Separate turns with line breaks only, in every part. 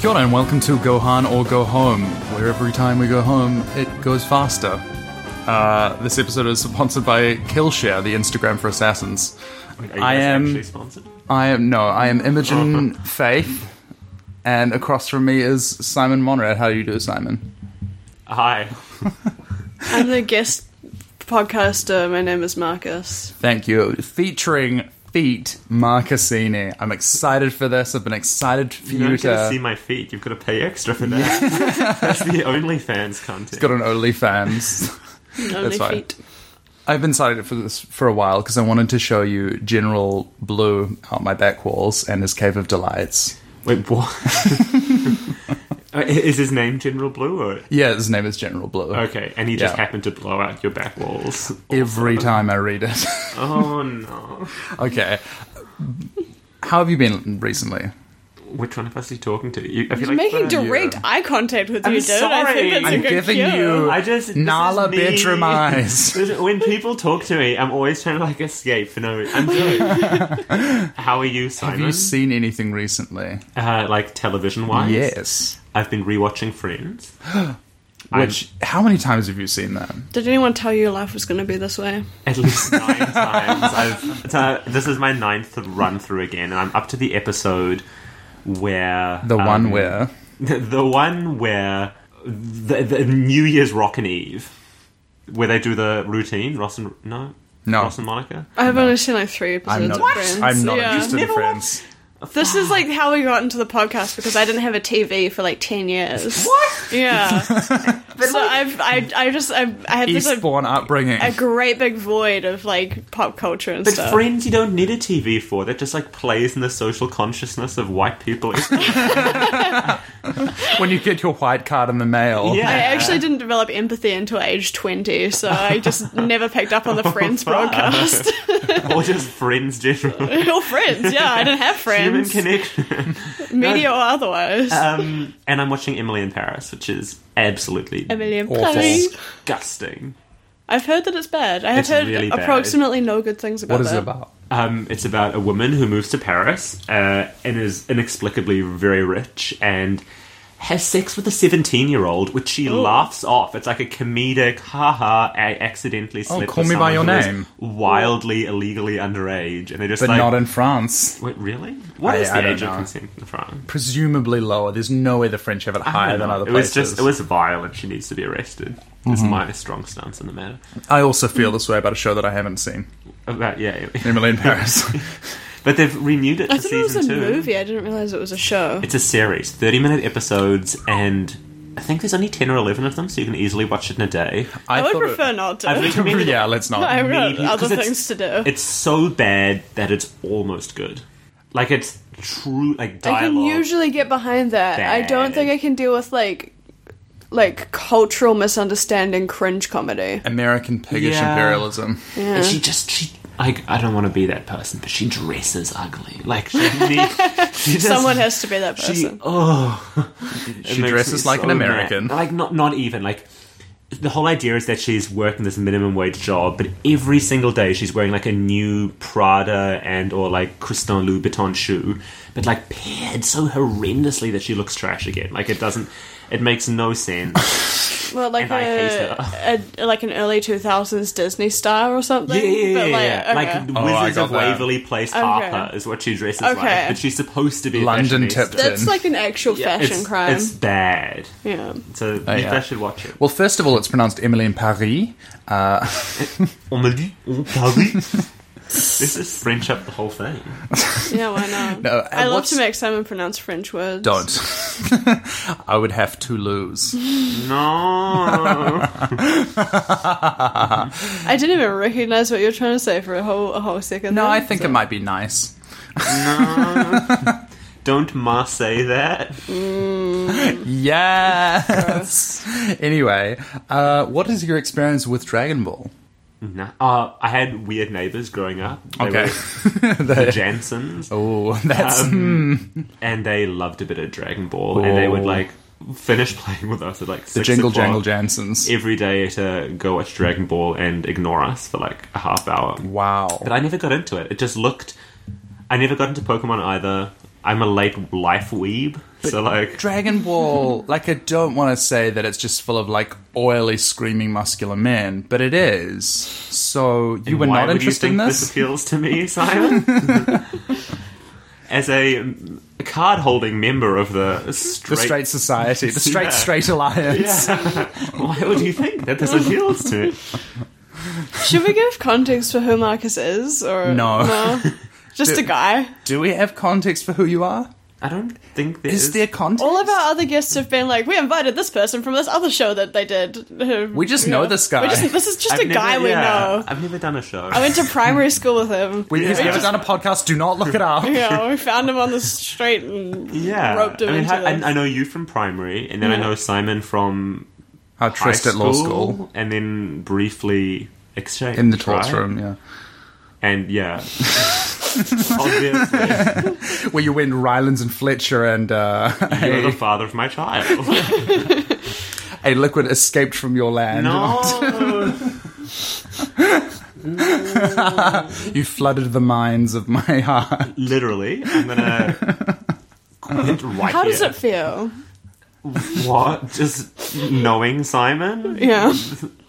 Kia ora and welcome to Gohan or Go Home, where every time we go home, it goes faster. Uh, this episode is sponsored by Killshare, the Instagram for assassins.
Are you
I
guys
am-
actually sponsored.
I am no, I am Imogen Faith, and across from me is Simon Monrad. How do you do, Simon?
Hi.
I'm the guest podcaster. My name is Marcus.
Thank you. Featuring Feet Marcassini. I'm excited for this. I've been excited for
You
you,
don't get to see
to.
my feet. You've got to pay extra for that. That's the OnlyFans content.
Got an OnlyFans.
Only
fine.
feet.
I've been excited for this for a while because I wanted to show you General Blue out my back walls and his Cave of Delights.
Wait, what? Uh, Is his name General Blue? Or...
Yeah, his name is General Blue.
Okay, and he just
Yeah.
happened to blow out your back walls.
Every time I read it.
Oh no.
okay. How have you been recently?
Which one of us are you talking to? You, I feel
You're
like
making
the-
direct eye contact with you, dude. I
sorry.
think that's a
I'm
good
giving
cue.
you
I just- this
Nala
is me.
bedroom eyes.
When people talk to me, I'm always trying to like escape for no reason. I'm good. How are you,
have
Simon?
you seen anything recently?
uh, like television wise?
Yes.
I've been rewatching Friends. I'm-
Which how many times have you seen that?
Did anyone tell you life was going to be this way?
At least nine times. I've, it's, uh, this is my ninth run through again, and I'm up to the episode where
The
um,
one where
the, one where the, the New Year's Rockin' Eve, where they do the routine. Ross and no,
No.
Ross and Monica.
I've only seen like three episodes
I'm not
of Friends.
I'm not
yeah.
interested in
Never
friends.
This is like how we got into the podcast because I didn't have a TV for like ten years. What? Yeah. so I've I, I just I, I had this like,
Eastbourne upbringing.
a great big void of like pop culture and
But
stuff.
Friends, you don't need a TV for. That just like plays in the social consciousness of white people.
when you get your white card in the mail.
Yeah.
I actually didn't develop empathy until age 20, so I just never picked up on the Friends
Oh,
broadcast.
or just friends generally.
All friends, yeah, I didn't have
Human
friends,
connection.
media or otherwise.
Um, and I'm watching Emily in Paris, which is absolutely
Emily in
awful.
Paris.
disgusting.
I've heard that it's bad. I have
It's
heard
really bad.
approximately no good things about
What is
it.
it about?
Um, it's about a woman who moves to Paris uh, and is inexplicably very rich and has sex with a 17 year old, which she
Oh.
laughs off. It's like a comedic, haha, I accidentally slept
Oh, Call
with
Me By
someone
Your
who is
Name.
Wildly illegally underage. And they're just
But
like,
not in France.
Wait, really? What
I-
is
I
the
don't
age
know.
of consent in France?
Presumably lower. There's no way the French have it higher than other
it
places.
was
Mm-hmm.
just it was vile and she needs to be arrested. It's my strong stance on the matter.
I also feel this way about a show that I haven't seen.
About yeah,
Emily in Paris.
but they've renewed it.
I
to
thought it was a
season two.
movie, I didn't realize it was a show.
It's a series, 30 minute episodes, and I think there's only 10 or 11 of them, so you can easily watch it in a day.
I, would
thought it-
prefer not to.
I've
I've
recommended it.
yeah, let's not.
got
maybe, 'cause
other
it's-
things to do.
It's so bad that it's almost good. Like, it's true, like,
I
dialogue.
can usually get behind that. I don't
Bad.
think I can deal with like like cultural misunderstanding cringe comedy.
American piggish
Yeah.
imperialism.
And she just, she. I, I don't want to be that person, but she dresses ugly. Like, she, needs, she just,
Someone has to be that person.
She, oh.
She dresses like an American.
Like not not even like the whole idea is that she's working this minimum wage job, but every single day she's wearing like a new Prada and or like Christian Louboutin shoe, but like paired so horrendously that she looks trash again. Like it doesn't, it makes no sense.
Well, like
And I
a, a like an early two thousands Disney star or something. but like,
Like
okay.
Wizards
Oh, I got
of
that.
Waverly Place
Okay.
Harper is what she dresses
Okay.
like, but she's supposed to be a
London
fashionista.
Tipton.
that's like an actual fashion
It's,
crime.
it's bad.
yeah,
So you
Oh, yeah.
guys should watch it.
Well, first of all, it's pronounced Emily in Paris. Uh,
On me dit, on Paris. Let's just French up the whole thing.
yeah, why not?
No,
I love
what's-
to make Simon pronounce French words.
don't. I would have to lose.
No.
I didn't even recognize what you were trying to say for a whole a whole second.
No,
there.
I think it might be nice.
Don't ma say that.
Yes. anyway, uh, what is your experience with Dragon Ball?
No. Uh, I had weird neighbors growing up. They
Okay.
were the
They-
Jansons.
Oh, that's
Um, And they loved a bit of Dragon Ball. And they would,
Oh.
like, finish playing with us at, like,
the
six
Jingle
o'clock
Jangle Jansons.
Every day to go watch Dragon Ball and ignore us for, like, a half hour.
wow.
But I never got into it. It just looked. I never got into Pokemon either. I'm a late life weeb, so like,
Dragon Ball, like, I don't want to say that it's just full of like oily, screaming, muscular men, but it is. So you were
why
not
would
interested
you
in
think
this?
appeals to me, Simon. As a card-holding member of the straight,
the Straight Society, the Straight
Yeah.
Straight Alliance.
yeah. why would you think that this appeals to me?
Should we give context for who Marcus is, or
No.
Just a guy.
Do we have context for who you are?
I don't think there
Is there context?
All of our other guests have been like, we invited this person from this other show that they did.
We just know this guy.
We just, this is just
I've
a
never-
guy we
yeah,
know.
I've never done a show.
I went to primary school with him.
We, He's
Yeah.
never done a podcast. Do not look it up.
you know, we found him on the street and
yeah,
roped him
I mean,
into
how-
this.
I, I know you from primary, and then I
Yeah.
know Simon from
How
high
Trist at law school
and then briefly exchange
in the talks
right?
room, yeah,
and yeah, obviously.
where you win Rylands and Fletcher and uh,
You're the
a,
father of my child.
a liquid escaped from your land.
no.
You flooded the minds of my heart.
Literally. I'm gonna quit right
How
here.
does it feel?
What? Just knowing Simon?
Yeah.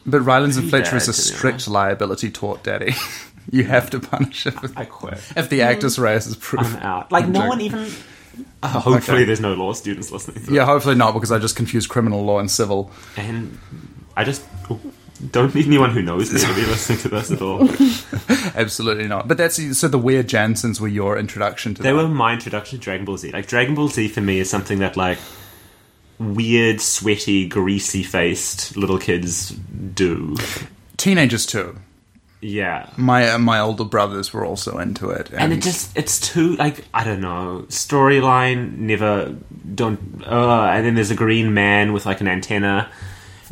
But Rylands and Fletcher is a
bad, to be
strict liability tort daddy. you have to punish it with-
I quit.
if the actus reus is proof.
Mm. I'm out. Like no
joking.
one even Hopefully
okay.
there's no law students listening to
Yeah, hopefully not, because I just confused criminal law and civil.
this. And I just don't need anyone who knows me to be listening to this at all.
Absolutely not. But that's so the weird Jansons were your introduction to
They
that.
were my introduction to Dragon Ball Z. Like Dragon Ball Z for me is something that like weird, sweaty, greasy faced little kids do.
teenagers too.
Yeah.
My uh, my older brothers were also into it,
and it just it's too like i don't know storyline never don't uh and then there's a green man with like an antenna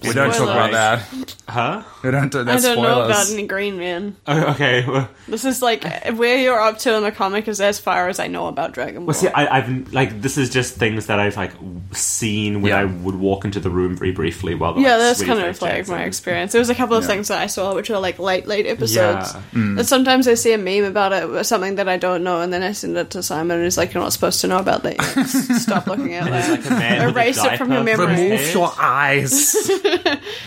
we don't talk about
Spoilers.
that.
huh
We don't. do-
I
That's
don't know
spoilers.
about any Green Man.
oh, okay well,
This is like where you're up to in the comic is as far as I know about Dragon Ball.
well see I, i've like this is just things that i've like seen when
Yeah.
i would walk into the room very briefly while the,
yeah,
like,
that's
sweaty
kind of
face
like
Jackson-
my experience. There was a couple of
Yeah.
things that I saw which are like late, late episodes.
Yeah.
And sometimes I see a meme about it, or something that I don't know, and then I send it to Simon, and he's like, "You're not supposed to know about that. Yet. Stop looking at
There's,
that."
like, a man with a
Erase it from your
diaper
memory.
Remove
his head,
your eyes.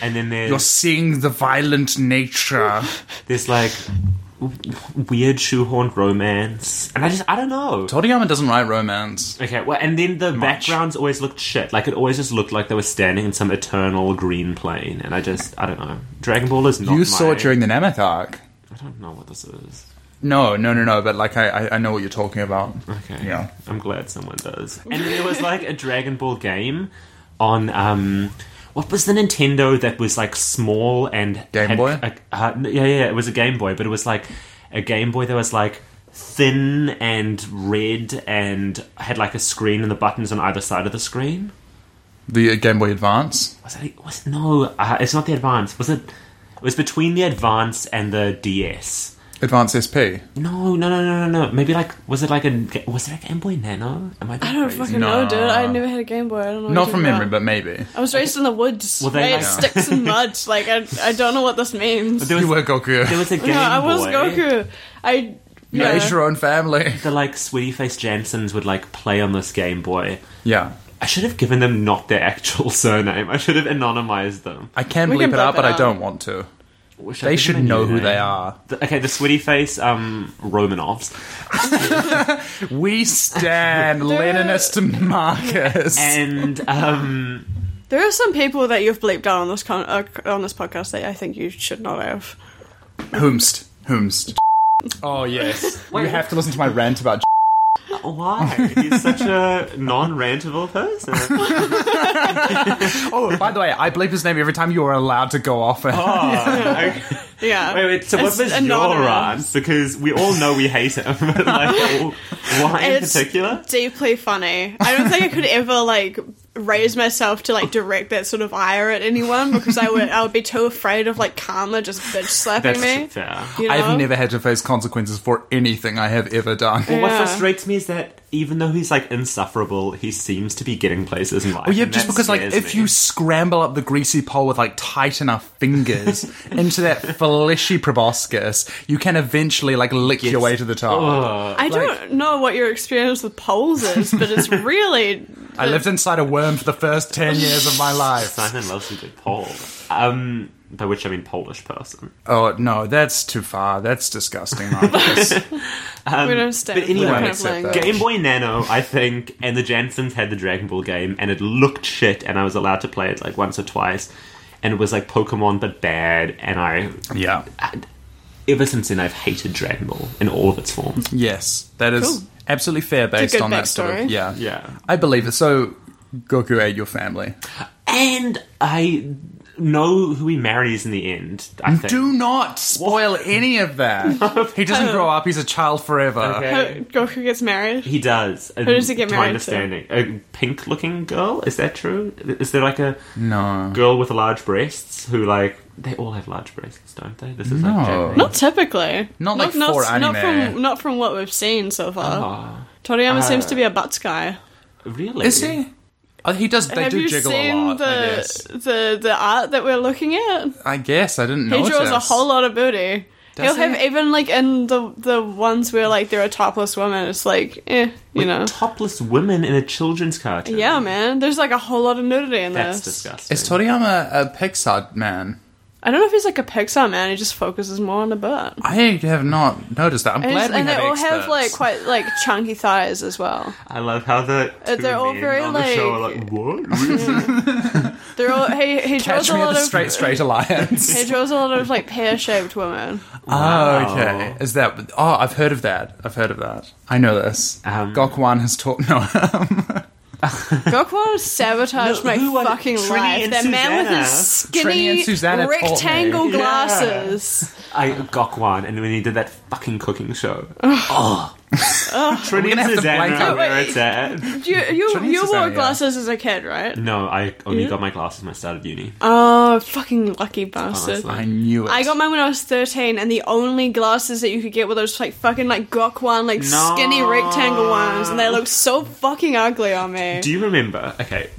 and then
You're
there's,
seeing the violent nature.
there's like w- weird shoehorned romance and i just i don't know
Toriyama doesn't write romance.
Okay, well, and then the backgrounds always looked shit. Like, it always just looked like they were standing in some eternal green plane. And I just, I don't know. Dragon Ball is not
you
my-
saw it during the Namek arc.
I don't know what this is.
No, no, no, no. But like, I, I, I know what you're talking about.
Okay.
Yeah.
I'm glad someone does. And then there was, like, a Dragon Ball game on, um... What was the Nintendo that was, like, small and...
Game
had-
Boy?
uh, uh, n- yeah, yeah, it was a Game Boy. But it was, like, a Game Boy that was, like... Thin and red, and had like a screen and the buttons on either side of the screen.
The uh, Game Boy Advance.
Was it? Was no? Uh, it's not the Advance. Was it? It was between the Advance and the DS.
Advance SP.
No, no, no, no, no, no. Maybe like was it like a was it a Game Boy Nano? Am I?
I don't
crazy?
fucking
No.
know, dude. I never had a Game Boy. I don't know. what
Not
you're
from
talking
memory,
about.
but maybe.
I was raised in the woods.
Well,
Well,
they like-
made of sticks and mud. Like I, I don't know what this means.
There
You
was,
were Goku.
there was a Game
Yeah, I was
Boy
Goku. I
You
yeah.
ate your own family.
The like sweetie face Jansons would like play on this Game Boy.
Yeah.
I should have given them not their actual surname. I should have anonymized them.
I can
We
bleep
can
it out,
bleep
but
it
I
out.
don't want to.
Wish I'd
They
given
should
them a
know
new
who they
name.
are.
The- okay, the sweaty face um, Romanovs.
We stand Leninist Marcus.
And um,
There are some people that you've bleeped out on this con- uh, on this podcast that I think you should not have.
Whomst. Whomst. Oh, yes. you have to listen to my rant about.
Why? He's such a non-rantable person.
Oh, by the way, I bleep his name every time you are allowed to go off.
Oh,
Yeah.
wait, wait. So
It's
what was your
anonymous.
rant? Because we all know we hate him. but, like, why in
It's
particular?
deeply funny. I don't think I could ever like raise myself to like direct that sort of ire at anyone because I would I would be too afraid of like karma just bitch slapping
That's
me.
fair.
You know?
I've never had to face consequences for anything I have ever done.
What
Yeah.
frustrates me is that even though he's like insufferable, he seems to be getting places in life.
Oh, yeah,
and
just
that
because, like,
scares
if
me.
you scramble up the greasy pole with, like, tight enough fingers into that fleshy proboscis, you can eventually, like, lick your way to the top.
I don't know what your experience with poles is, but it's really
I lived inside a worm for the first 10 years of my life.
Simon loves a good Pole. Um, by which I mean Polish person.
Oh, no, that's too far. That's disgusting. Marcus.
we don't understand.
Um, but anyway,
what kind of
accept
language.
that.
Game Boy Nano, I think, and the Jansons had the Dragon Ball game, and it looked shit, and I was allowed to play it like once or twice, and it was like Pokemon but bad, and I,
yeah.
I- ever since then I've hated Dragon Ball in all of its forms.
Yes, that is
Cool.
absolutely fair based
good
on that sort of.
backstory.
Yeah.
Yeah,
I believe it. So, Goku ate your family.
and I know who he marries in the end. I think.
Do not spoil any of that. He doesn't grow up, he's a child forever.
Okay.
How- "Oh, Goku gets married.
He does. Who
does he get married to?
understanding. A pink-looking girl? Is that true? Is there like a
No.
girl with large breasts who like they all have large breasts, don't they? This is
No.
like Japanese.
Not typically.
Not like for
Not
anime.
from, not from what we've seen so far.
Ah,
Toriyama
uh,
seems to be a butts guy.
really?
Is he? Oh, he does. They
Have
do
you
jiggle
seen
a lot. I guess.
the, the the art that we're looking at?
I guess I didn't
He
notice.
draws a whole lot of booty.
Does
He'll
he?
have even like in the the ones where like there are topless women. It's like, eh, you
With
know,
topless women in a children's cartoon.
yeah, man. There's like a whole lot of nudity in
That's
this.
disgusting.
Is Toriyama a Pixar man?
I don't know if he's like a Pixar man. He just focuses more on the butt.
I have not noticed that. I'm
And,
glad
he's-
we
and they
have
all have
experts.
like quite like chunky thighs as well.
I love how the
Uh,
two
they're all
men
very,
on the show are
like-
like what?
They're all he he draws
Catch
a
me at
lot
the
of
Straight Straight Alliance.
He draws a lot of like pear shaped women.
oh, okay. Is that? Oh, I've heard of that. I've heard of that. I know this.
Um,
Gokwan has taught. No,
Gokwan sabotaged
No,
my
who are-
fucking
Trini
life.
and
That man with his
Susanna. Trini
skinny
and Susanna taught me.
rectangle
Yeah.
glasses.
I got one, and when he did that fucking cooking show, oh, Trini
gonna
and
have to
Susanna
blank
are
out-
where
Wait.
it's at.
You you,
Trini and
you
Susanna,
wore
yeah.
glasses as a kid, right?
No, I only got my glasses when I started uni.
Oh, fucking lucky bastard.
Honestly.
I knew it.
I got mine when I was 13, and the only glasses that you could get were those like fucking like Gokwan, like
No.
skinny rectangle ones, and they looked so fucking ugly on me.
Do you remember? Okay.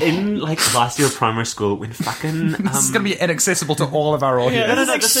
In like last year of primary school, when fucking um,
This is going to be inaccessible to all of our audience.
Yeah. This is
this is-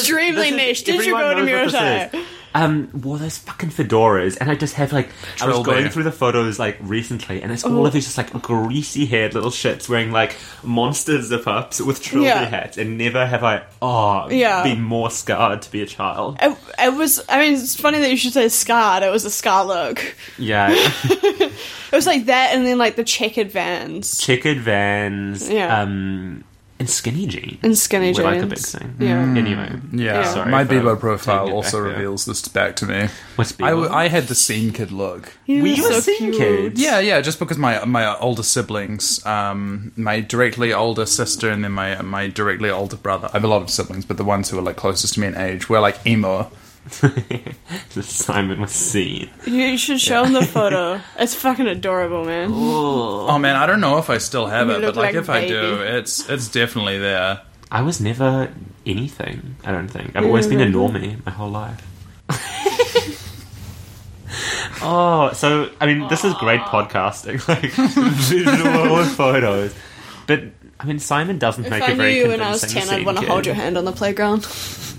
this
extremely
is-
niche. Did you
everyone
go to
knows what
Murotai?
this is. Um, wore those fucking fedoras, and I just have like I
Trilby.
was going through the photos like recently, and it's all
Oh.
of these just like greasy haired little shits wearing like monster zip ups with trilby
Yeah.
hats, and never have I oh
Yeah.
been more scarred to be a child.
It, it was. I mean, it's funny that you should say scarred. It was a scar look.
Yeah,
It was like that, and then like the checkered vans
checkered vans,
Yeah.
um, and skinny jeans.
and skinny jeans.
Were, like, a big thing. Mm.
Yeah. Mm.
Anyway,
Yeah,
Yeah.
Sorry
my
if I'm
Bebo profile
taking it
also
back there.
reveals this back to me.
What's
I, w-
Bebo?
I had the scene kid look.
He
were
was
you
so
a scene
cute.
kid?
Yeah, yeah, just because my my older siblings, um, my directly older sister, and then my my directly older brother. I have a lot of siblings, but the ones who are like closest to me in age were like emo.
Simon was seen.
You should show him the photo. It's fucking adorable, man.
Oh man, I don't know if I still have
You
it,
look
but like,
like
if
a
I do,
baby.
it's it's definitely there.
I was never anything, I don't think. I've always been a normie my whole life. oh, so, I mean, this is great podcasting, like visual and photos. But, I mean, Simon doesn't
If
make
I
a
knew
very
you when I was
convincing
ten, I'd
scene
want to
kid.
hold your hand on the playground.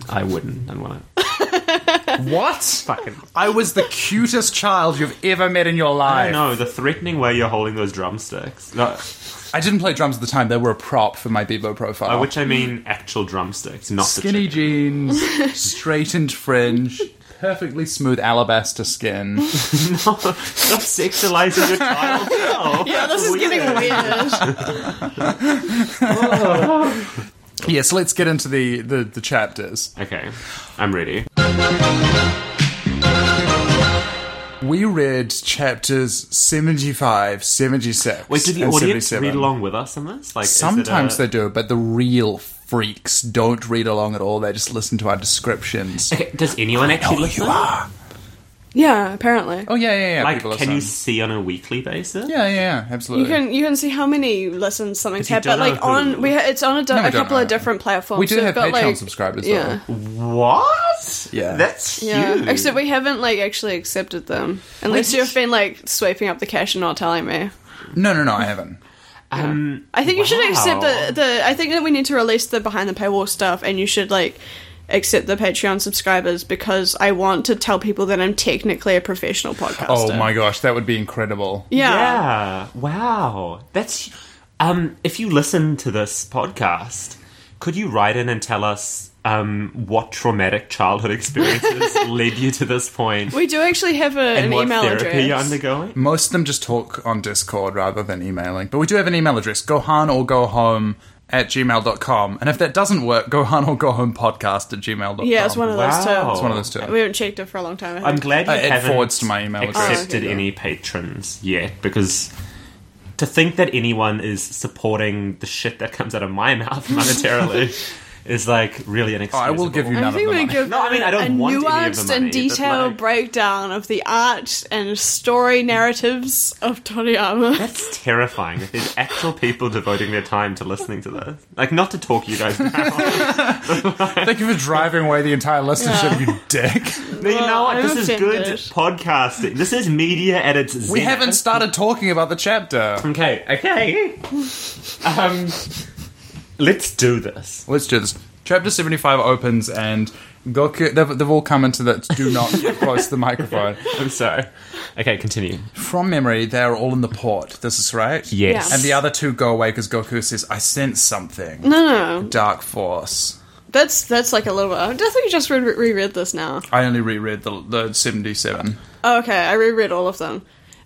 I wouldn't. I'd want to
What?
fucking.
I was the cutest child you've ever met in your
I
life.
don't know, the threatening way you're holding those drumsticks. No,
I didn't play drums at the time; they were a prop for my Bebo profile.
by which I mean actual drumsticks, not
skinny
the
jeans, straightened fringe, perfectly smooth alabaster skin.
chicken. No, stop sexualizing your child. No.
yeah, this is getting weird.
Yes, let's get into the, the, the chapters.
Okay, I'm ready.
We read chapters 75, 76,
Wait, did the
and
audience
77.
read along with us in this? Like, is it uh,
Sometimes
a-
they do, but the real freaks don't read along at all. They just listen to our descriptions.
Okay, does anyone actually listen?
yeah, apparently.
Oh, yeah, yeah, yeah.
Like,
people
can
listen.
you see on a weekly basis?
Yeah, yeah, yeah, absolutely.
You can you can see how many listens something's
you
had, but
don't know
like
who-
on we ha- it's on a, di-
No, we
a
don't
couple
know.
of different platforms.
we do
so
have
we've
Patreon
got, like,
subscribers,
Yeah,
though.
What?
Yeah.
that's huge.
yeah. Except we haven't like actually accepted them, unless you've been like swiping up the cash and not telling me.
No, no, no, I haven't.
um,
I think you should accept
Wow.
the, the. I think that we need to release the behind the paywall stuff, and you should like except the Patreon subscribers because I want to tell people that I'm technically a professional podcaster.
Oh
uh,
my gosh, that would be incredible.
Yeah.
Yeah. Wow. That's um if you listen to this podcast, could you write in and tell us um what traumatic childhood experiences led you to this point?
We do actually have a,
and
an
what
email
therapy
address.
you're undergoing?
Most of them just talk on Discord rather than emailing. But we do have an email address, gohan or go home at gmail.com. And if that doesn't work, gohan or go home podcast at gmail.com.
yeah, it's one of those
Wow.
It's one of those two.
We haven't checked it for a long time. I think.
I'm glad you
Uh, it
haven't
forwards to my email address.
accepted
Oh, okay.
any patrons yet because to think that anyone is supporting the shit that comes out of my mouth monetarily is like really
Oh,
inexcusable.
I will give you none
I
of the
think we
money.
give
No, I mean, I don't
a
want any of the
nuanced
money,
and
but,
detailed
like-
breakdown of the art and story narratives of Toriyama.
That's terrifying. If there's actual people devoting their time to listening to this, like not to talk you guys down.
Thank you for driving away the entire listenership, you dick.
But you know
Well,
what?
I'm
This is good
offended.
podcasting. This is media at its.
We
zenith.
haven't started talking about the chapter.
Okay. Okay. um, let's do this.
Let's do this. Chapter 75 opens and Goku. They've, they've all come into that. Do not get close to the microphone.
I'm sorry. Okay, continue.
From memory, they are all in the port. This is right?
Yes.
Yeah.
And the other two go away because Goku says, I sense something.
No, no,
Dark Force.
that's that's like a little bit. I think you just re- re- reread this now.
I only reread the, the 77.
Oh, Okay, I reread all of them.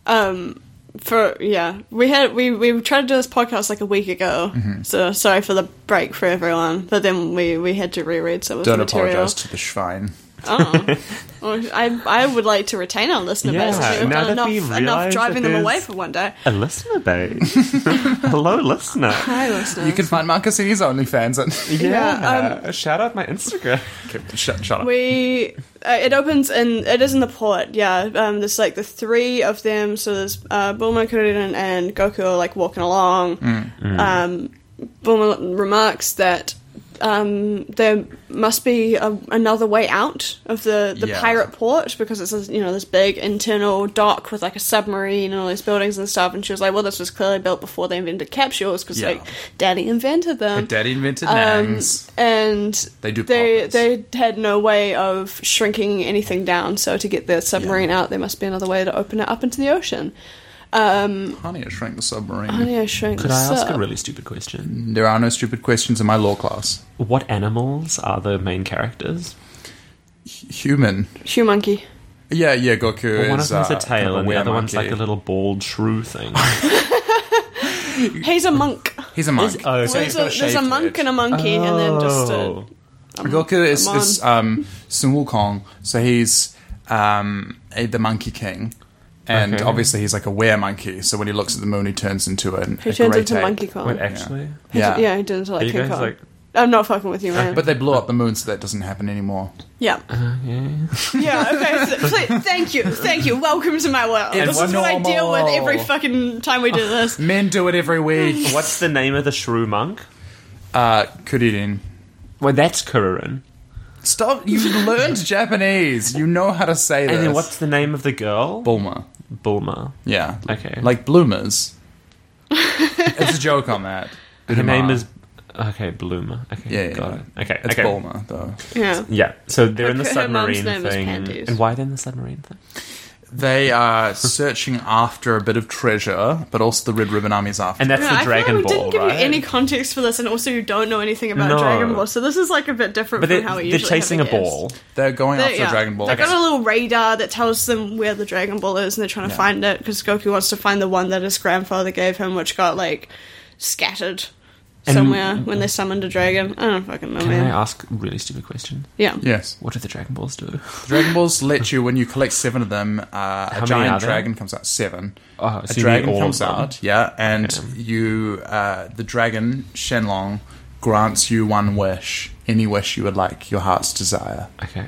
Um, for yeah, we had we we tried to do this podcast like a week ago.
Mm-hmm.
So sorry for the break for everyone, but then we we had to reread some of
Don't
the material.
apologize to the Schwein.
Well, I I would like to retain our listener
Yeah,
base. We've
now
done
that
enough,
we
enough
realise
driving
that
them away
there's-
for one day.
A listener base. Hello, listener.
Hi, listener.
You can find Marcus in his OnlyFans at.
Yeah. um, Shout out my Instagram.
Okay, shut, shut up.
We uh, it opens and it is in the port. Yeah, um, there's like the three of them. So there's uh, Bulma, Kuririn, and Goku are like walking along.
Mm.
Um, Bulma remarks that um, there must be a, another way out of the, the
Yeah.
pirate port because it's this, you know this big internal dock with like a submarine and all these buildings and stuff. And she was like, "Well, this was clearly built before they invented capsules because
Yeah.
like Daddy invented them."
Daddy invented
um,
names.
and
They do
They
poppers.
they had no way of shrinking anything down, so to get the submarine out, there must be another way to open it up into the ocean.
Honey, I shrank the submarine.
Honey, I shrink
Could
the
I ask
sub.
a really stupid question?
There are no stupid questions in my law class.
What animals are the main characters?
Human.
shoe monkey?
Yeah, yeah, Goku
Well, one of
is.
them's
uh,
a
kind of
tail, and the
were
other one's
monkey.
like a little bald shrew thing.
He's a monk.
He's a monk.
oh, okay.
So he's
There's
got
a,
a
there's a
shaved
monk
head.
and a monkey, and then just a,
Oh.
Goku is,
Come
is um, Sun Wukong, so he's um, a, the Monkey King. And
Okay.
obviously, he's like a were monkey, so when he looks at the moon, he turns into an,
he
a
turns
great
into
ape.
Monkey Kong.
Wait, actually,
He
Yeah.
did- yeah, he turns into like
you
King
guys
Kong.
like-
I'm not fucking with you, man.
But they blew up the moon, so that doesn't happen anymore.
yeah,
uh,
yeah. Okay, so, please, thank you, thank you. Welcome to my world.
It's
this is what I deal with
normal.
every fucking time we do this.
Men do it every week.
what's the name of the shrew monk?
Uh, Kuririn.
Well, that's Kuririn.
Stop! You learned Japanese. You know how to say this.
And then what's the name of the girl?
Bulma?
Bulma.
Yeah.
Okay.
Like bloomers. it's a joke on that.
Her name
Bulma.
is okay, Bloomer. Okay,
Yeah, yeah,
got it. Okay,
It's
okay.
Bulma, though.
Yeah.
Yeah, so they're in the
Her- her mom's
submarine
name is
thing.
Pandies.
And why they're in the submarine thing?
They are searching after a bit of treasure, but also the Red Ribbon Army's after.
And that's
Yeah,
the
I feel like
Dragon
we
Ball,
didn't give
right?
you any context for this, and also you don't know anything about
No.
Dragon Ball, so this is like a bit different
but
from
they're,
how we
they're
usually
chasing a
have it is.
ball.
they're going
They're-
after
yeah.
the Dragon Ball.
They've got a little radar that tells them where the Dragon Ball is, and they're trying to find it because Goku wants to find the one that his grandfather gave him, which got like scattered somewhere when they summoned a dragon. I don't fucking know,
Can
man.
I ask a really stupid question?
yeah.
Yes,
What do the Dragon Balls do?
Dragon Balls let you when you collect seven of them. Uh, a
many are
giant
there?
dragon comes out. Seven.
Oh,
a
so you need
dragon
all
comes
of them.
out. Yeah, and you, uh, the dragon Shenlong, grants you one wish, any wish you would like, your heart's desire,
Okay,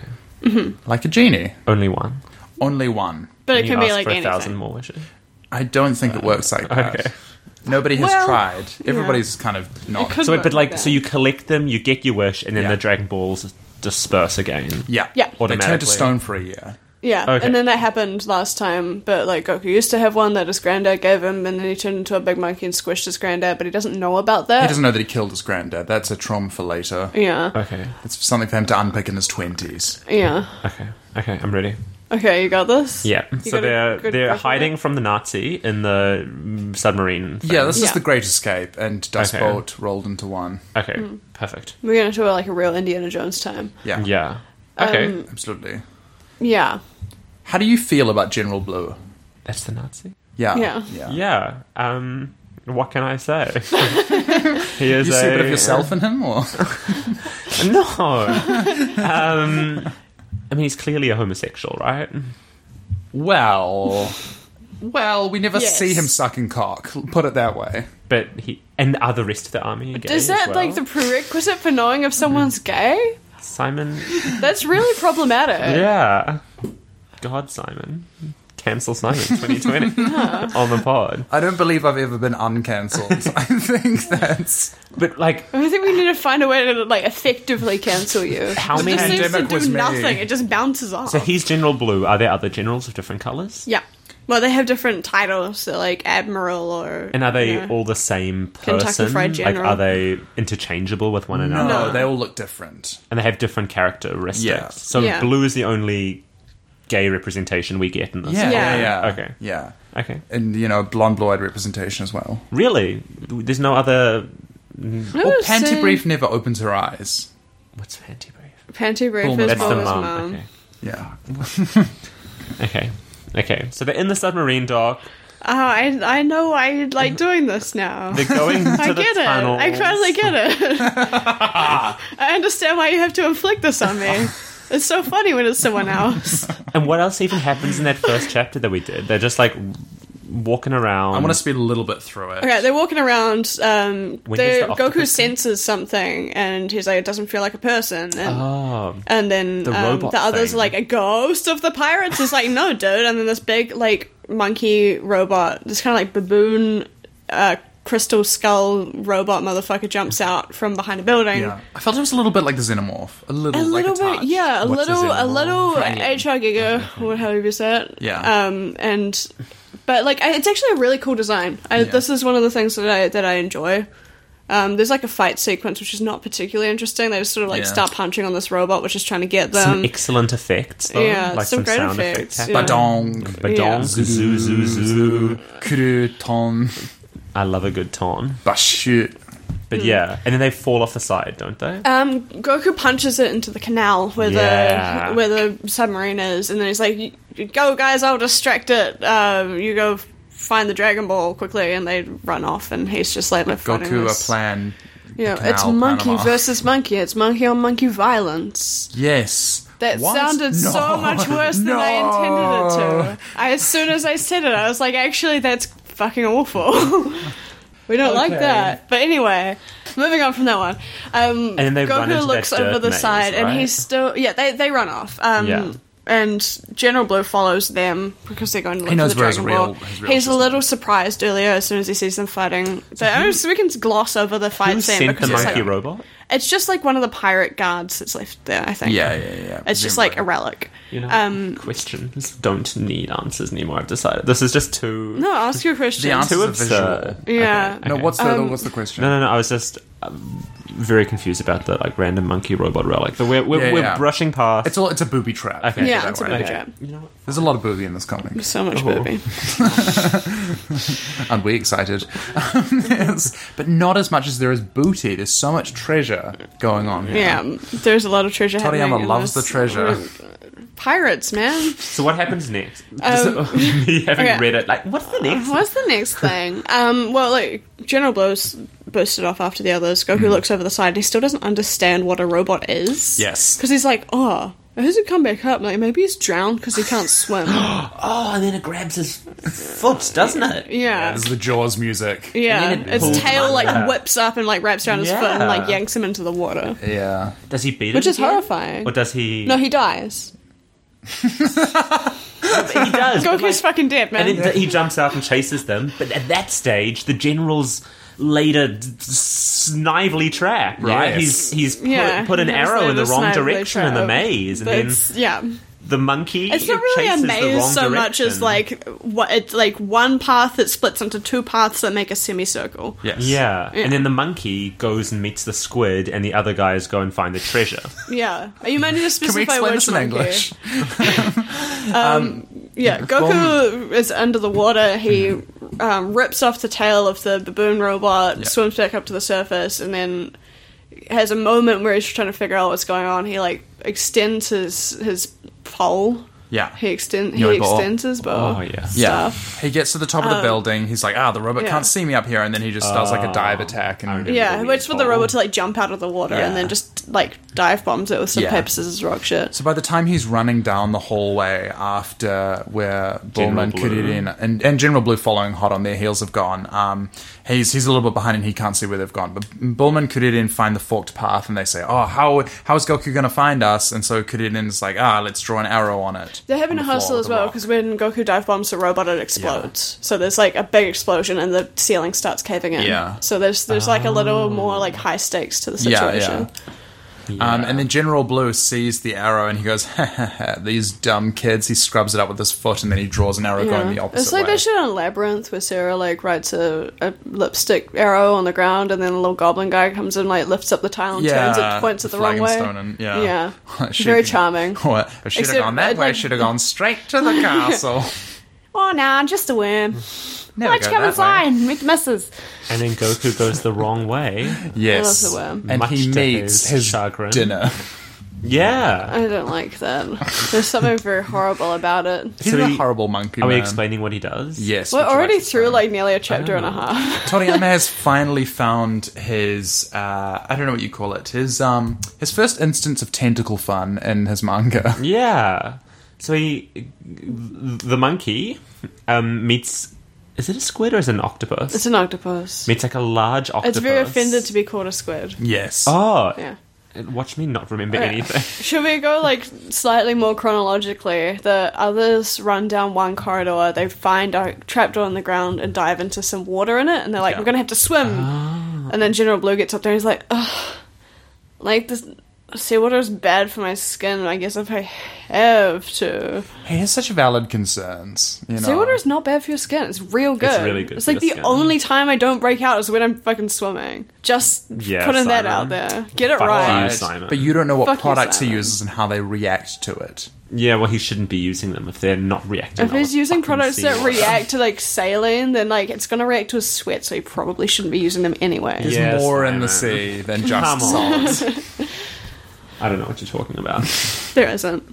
like a genie.
only one.
Only one.
But it
And you
can be
ask
like
for a thousand
anything.
more wishes.
I don't think it works like that.
okay.
Nobody has
Well,
tried.
yeah.
Everybody's kind of not.
could-
So, wait, but like,
Okay.
so you collect them, you get your wish, and then
Yeah.
the Dragon Balls disperse again.
yeah. They
Yeah.
turn to
Automatically.
stone for a year.
Yeah,
Okay.
and then that happened last time, but like Goku used to have one that his granddad gave him, and then he turned into a big monkey and squished his granddad, but he doesn't know about that.
He doesn't know that he killed his granddad. That's a trauma for later.
Yeah,
Okay.
It's something for him to unpick in his twenties.
yeah.
Okay. Okay. I'm ready.
Okay, you got this.
Yeah.
You
so
got a
they're
good
they're
grasp on
hiding from the Nazi in the mm, submarine. thing.
Yeah, this is
Yeah.
the Great Escape, and Dustbolt
Okay.
rolled into one.
Okay.
Mm.
Perfect.
We're gonna do like a real Indiana Jones time.
Yeah,
Yeah.
Um,
Okay.
absolutely.
Yeah,
How do you feel about General Blue?
That's the Nazi.
Yeah,
Yeah.
yeah.
Yeah. Um. What can I say? he is
You see a bit of
a-
yourself in him, or
No. um. I mean, he's clearly a homosexual, right?
well, well, we never
Yes.
see him sucking cock. Put it that way.
But he and are the rest of the army. Gay
is
as well?
that
Mm-hmm.
like the prerequisite for knowing if someone's gay?
Simon?
That's really problematic.
Uh,
Yeah. God, Simon. Cancel Simon 2020 on the pod.
I don't believe I've ever been uncancelled. I think that's
But like,
I think we need to find a way to like effectively cancel you.
How
it
many-
just seems to
Pandemic
do
was me.
nothing. It just bounces off.
so he's General Blue. Are there other generals of different colors?
yeah. Well, they have different titles, so like admiral or.
And are they
you know.
all the same
Kentucky
person?
Fried
like,
General.
are they interchangeable with one another?
no. Oh, They all look different.
And they have different characteristics.
Yeah.
So
Yeah.
blue is the only gay representation we get in this.
Yeah, yeah,
Yeah.
yeah.
Okay.
yeah,
Okay.
and you know, blonde, blue-eyed representation as well.
Really? There's no other.
I
Well,
would say
Panty Brief never opens her eyes.
What's Panty Brave?
Panty brief
Bulma.
is
That's the
Bulma's
mom.
mom.
Okay.
Yeah,
Okay. Okay. So they're in the submarine dock.
Oh, I I know why you like doing this now.
They're going to
I
the
get it.
tunnel.
I finally get it. I understand why you have to inflict this on me. It's so funny when it's someone else.
And what else even happens in that first chapter that we did? They're just like walking around.
I want to speed a little bit through it.
Okay, they're walking around. Um,
When
they-
does the
Goku
octopus-
senses something, and he's like, "It doesn't feel like a person." And,
Oh,
and then
The
um,
robot
the others
thing.
are like, "A ghost of the pirates." It's like, "No, dude." And then this big like monkey robot, this kind of like baboon, uh, crystal skull robot motherfucker jumps out from behind a building.
Yeah, I felt it was a little bit like the Xenomorph. A little,
a
like
little
a touch.
bit, yeah, a
What's
little, a
Xenomorph?
little
Right.
HR Giga, or however you say it.
Yeah.
Um, and but like, I, it's actually a really cool design. I,
Yeah.
This is one of the things that I that I enjoy. Um, there's like a fight sequence which is not particularly interesting. They just sort of like
Yeah.
start punching on this robot, which is trying to get them.
some excellent effects, though.
yeah,
like
some
some,
great
sound
effects,
effects.
yeah.
happening.
Badong,
Badong,
Yeah.
zoo, zoo, zoo.
crouton,
I love a good ton.
bashoot.
But
Hmm.
yeah, and then they fall off the side, don't they?
um, Goku punches it into the canal where
Yeah.
the where the submarine is, and then he's like, "Go, guys! I'll distract it. Um, you go." Find the Dragon Ball quickly, and they run off, and he's just like, fighting
Goku,
this-
a plan.
Yeah,
Canal,
it's monkey
Panama.
versus monkey. It's monkey on monkey violence.
Yes.
That
What?
sounded so
No.
much worse than I
No.
intended it to. I, as soon as I said it, I was like, actually, that's fucking awful. we don't like
Okay.
that. But anyway, moving on from that one. Um,
And then they
Goku
run into
looks
that
over
dirt
the
maze,
side,
right?
and he's still yeah. They they run off. Um,
Yeah.
And General Blue follows them because they're going to look
knows
for the
where his
Dragon
real-
Ball.
his real
He's a
sister
little surprised earlier as soon as he sees them fighting. oh, So
Mm-hmm.
I just- we can gloss over the fight
Who
scene
sent the
because it's
monkey
like,
robot?
it's just like one of the pirate guards that's left there, I think.
Yeah, yeah, yeah.
It's just
Remember.
like a relic.
You know,
Um,
questions don't need answers anymore. I've decided this is just too
No, ask your question.
The answer
too
is visual.
absurd.
Yeah.
No, what's the
Um,
what's the question?
No, no, no. I was just um, very confused about the like random monkey robot relic. So we're we're,
Yeah,
we're
yeah.
brushing past.
It's a it's a booby trap.
Okay.
Put it
Yeah,
that
it's a
way.
booby trap.
You know, what?
There's a lot of booby in this comic,
So much
Oh.
booby.
and we're excited. Yes. But not as much as there is booty. There's so much treasure going on. Here.
Yeah. there's a lot of treasure. happening
Toriyama
in
loves the
this.
treasure.
Pirates, man.
So what happens next? Just, me having
Um, okay. Uh-huh.
read it, like what's the next?
What's the next thing? Um, well, like General Blow's bursted off after the others. Goku
Hmm.
looks over the side. and He still doesn't understand what a robot is.
Yes.
because he's like, oh, why does it come back up? Like maybe he's drowned because he can't swim. yeah.
Oh, and then it grabs his foot, doesn't it?
There's the Jaws music.
Yeah,
And then it
its
pulls him
tail like
under.
whips up and like wraps around his foot and like
Yeah.
yanks him into the water,
Yeah.
Does he beat it?
which is
again?
horrifying.
Or does he?
No, he dies.
he does. but,
Goku's
like-
fucking dead, man.
and then he jumps out and chases them. But at that stage, the general's laid a d- snively trap. Right?
Yes.
He's he's put,
Yeah,
put an
he has
arrow in the
laid a
wrong
snively
direction in the
trap.
maze, and
That's- yeah.
then the monkey
It's not really
chases
a
the wrong
maze so much
direction.
as like what it's like one path that splits into two paths that make a semicircle.
Yes.
Yeah.
Yeah.
and then the monkey goes and meets the squid, and the other guys go and find the treasure.
Yeah. Are you meant to
Can we
specify
explain
which
this in
monkey?
English?
Yeah, Goku is under the water. He um, rips off the tail of the baboon robot,
Yeah.
swims back up to the surface, and then has a moment where he's trying to figure out what's going on. He like extends his his pole.
Yeah.
He extend
Your
he
ball.
extends his bow.
Oh, yeah.
yeah.
Stuff. Um,
He gets to the top of the building. He's like, ah, the robot
Yeah.
can't see me up here. And then he just starts like a
Oh,
dive attack. And
I
Yeah,
Really
he waits for the
tall.
robot to like jump out of the water
Yeah.
and then just like dive bombs it with some
Yeah.
paper scissors rock shit.
So by the time he's running down the hallway after where Bulma
General
and
Blue.
Kuririn and, and General Blue following hot on their heels have gone, um, he's he's a little bit behind and he can't see where they've gone. But Bulma and Kuririn find the forked path and they say, "Oh, how how is Goku going to find us?" And so Kuririn's like, "Ah, let's draw an arrow on it."
They're having
on
a
the floor
hustle
of
as
the
well
rock.
because when Goku dive bombs the robot, it explodes. So there's like a big explosion and the ceiling starts caving in.
Yeah. Um,
So there's there's like a little more like high stakes to the
Yeah,
situation.
Um, and then General Blue sees the arrow and he goes, ha, ha, ha, "These dumb kids." He scrubs it up with his foot and then he draws an arrow going the opposite
it's like
way.
that shit on Labyrinth where Sarah like writes a, a lipstick arrow on the ground and then a little goblin guy comes and like lifts up the tile and turns it points it the wrong way.
Flagonstone And, yeah,
Yeah.
She-
Very charming.
What? If she'd have
Except
gone that
I'd
way,
like-
she'd have gone straight to the castle.
Oh nah, just a worm.
Never
Why'd
go
you come
that way.
inside with misses?
And then Goku goes the wrong way.
Yes,
I love the worm.
and
Much
he
to
meets
his
his,
chagrin.
dinner.
Yeah.
I don't like that. There's something very horrible about it.
He's
So
a
he-
horrible monkey.
Are we
man.
explaining what he does?
Yes,
We're
would you
already
to
through
say?
like nearly a chapter and a half.
Toriyama has finally found his uh, I don't know what you call it his um his first instance of tentacle fun in his manga.
Yeah. So he, the monkey, um, meets. Is it a squid or is it an octopus?
It's an octopus.
meets like a large octopus.
It's very offended to be called a squid.
Yes.
Oh.
Yeah.
Watch me not remember
Okay.
anything.
Should we go like slightly more chronologically? The others run down one corridor. They find a trapdoor on the ground and dive into some water in it, and they're like,
Yeah.
"We're gonna have to swim." And then General Blue gets up there and he's like, "Ugh, like this sea water is bad for my skin. I guess if I have to,
He has such valid concerns. You know.
sea water is not bad for your skin. It's real good.
really good
It's
for
like the
your skin.
only time I don't break out is when I'm fucking swimming. Just
Yeah,
putting that
Simon.
out there. Get it
Fuck
right.
you, Simon.
But you don't know what
Fuck you,
products he
Simon.
uses and how they react to it.
Yeah, well, he shouldn't be using them if they're not reacting.
If
well
he's
with
using
fucking
products that
seawater.
react to like saline, then like it's gonna react to his sweat, so he probably shouldn't be using them anyway.
There's
Yes,
more in the
Simon.
sea than
Come
just
on.
salt.
I don't know what you're talking about.
There isn't.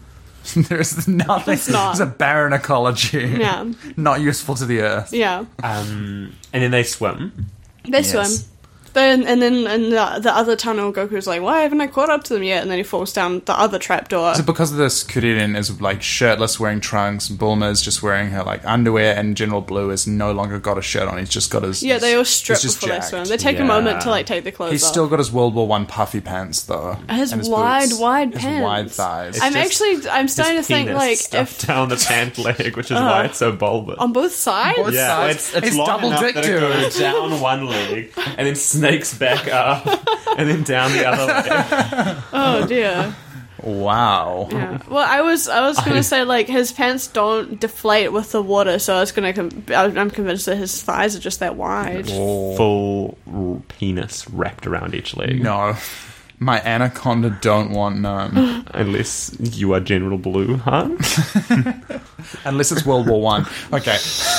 There's nothing.
It's not.
It's a barren ecology.
Yeah.
Not useful to the earth.
Yeah,
Um, and then they swim.
they
Yes.
swim. Then and then and the, the other tunnel, Goku's like, "Why haven't I caught up to them yet?" And then he falls down the other trapdoor.
So because of this, Kuririn is like shirtless, wearing trunks, and Bulma is just wearing her like underwear, and General Blue is no longer got a shirt on. He's just got his
Yeah, they all
he's-
strip
he's just
before
jacked.
they swim. They take
Yeah.
a moment to like take their clothes
He's
off.
still got his World War One puffy pants though.
His
and
wide,
boots.
wide
his
pants.
wide thighs.
I'm
just
actually I'm starting to
His
think
penis
like
stuck
if Uh-huh.
down the pant leg, which is why it's so bulbous.
on both sides.
Both
yeah,
sides.
it's, it's
He's
long
double
enough
dick,
that it goes down one leg and then snakes back up and then down the other leg.
Oh dear.
Wow.
Yeah. Well, I was uh, I was gonna
I-
say like his pants don't deflate with the water, so I was gonna com- I- I'm convinced that his thighs are just that wide.
Oh.
Full r- penis wrapped around each leg.
No. My anaconda don't want none.
Unless you are General Blue, huh?
Unless it's World War One. Okay.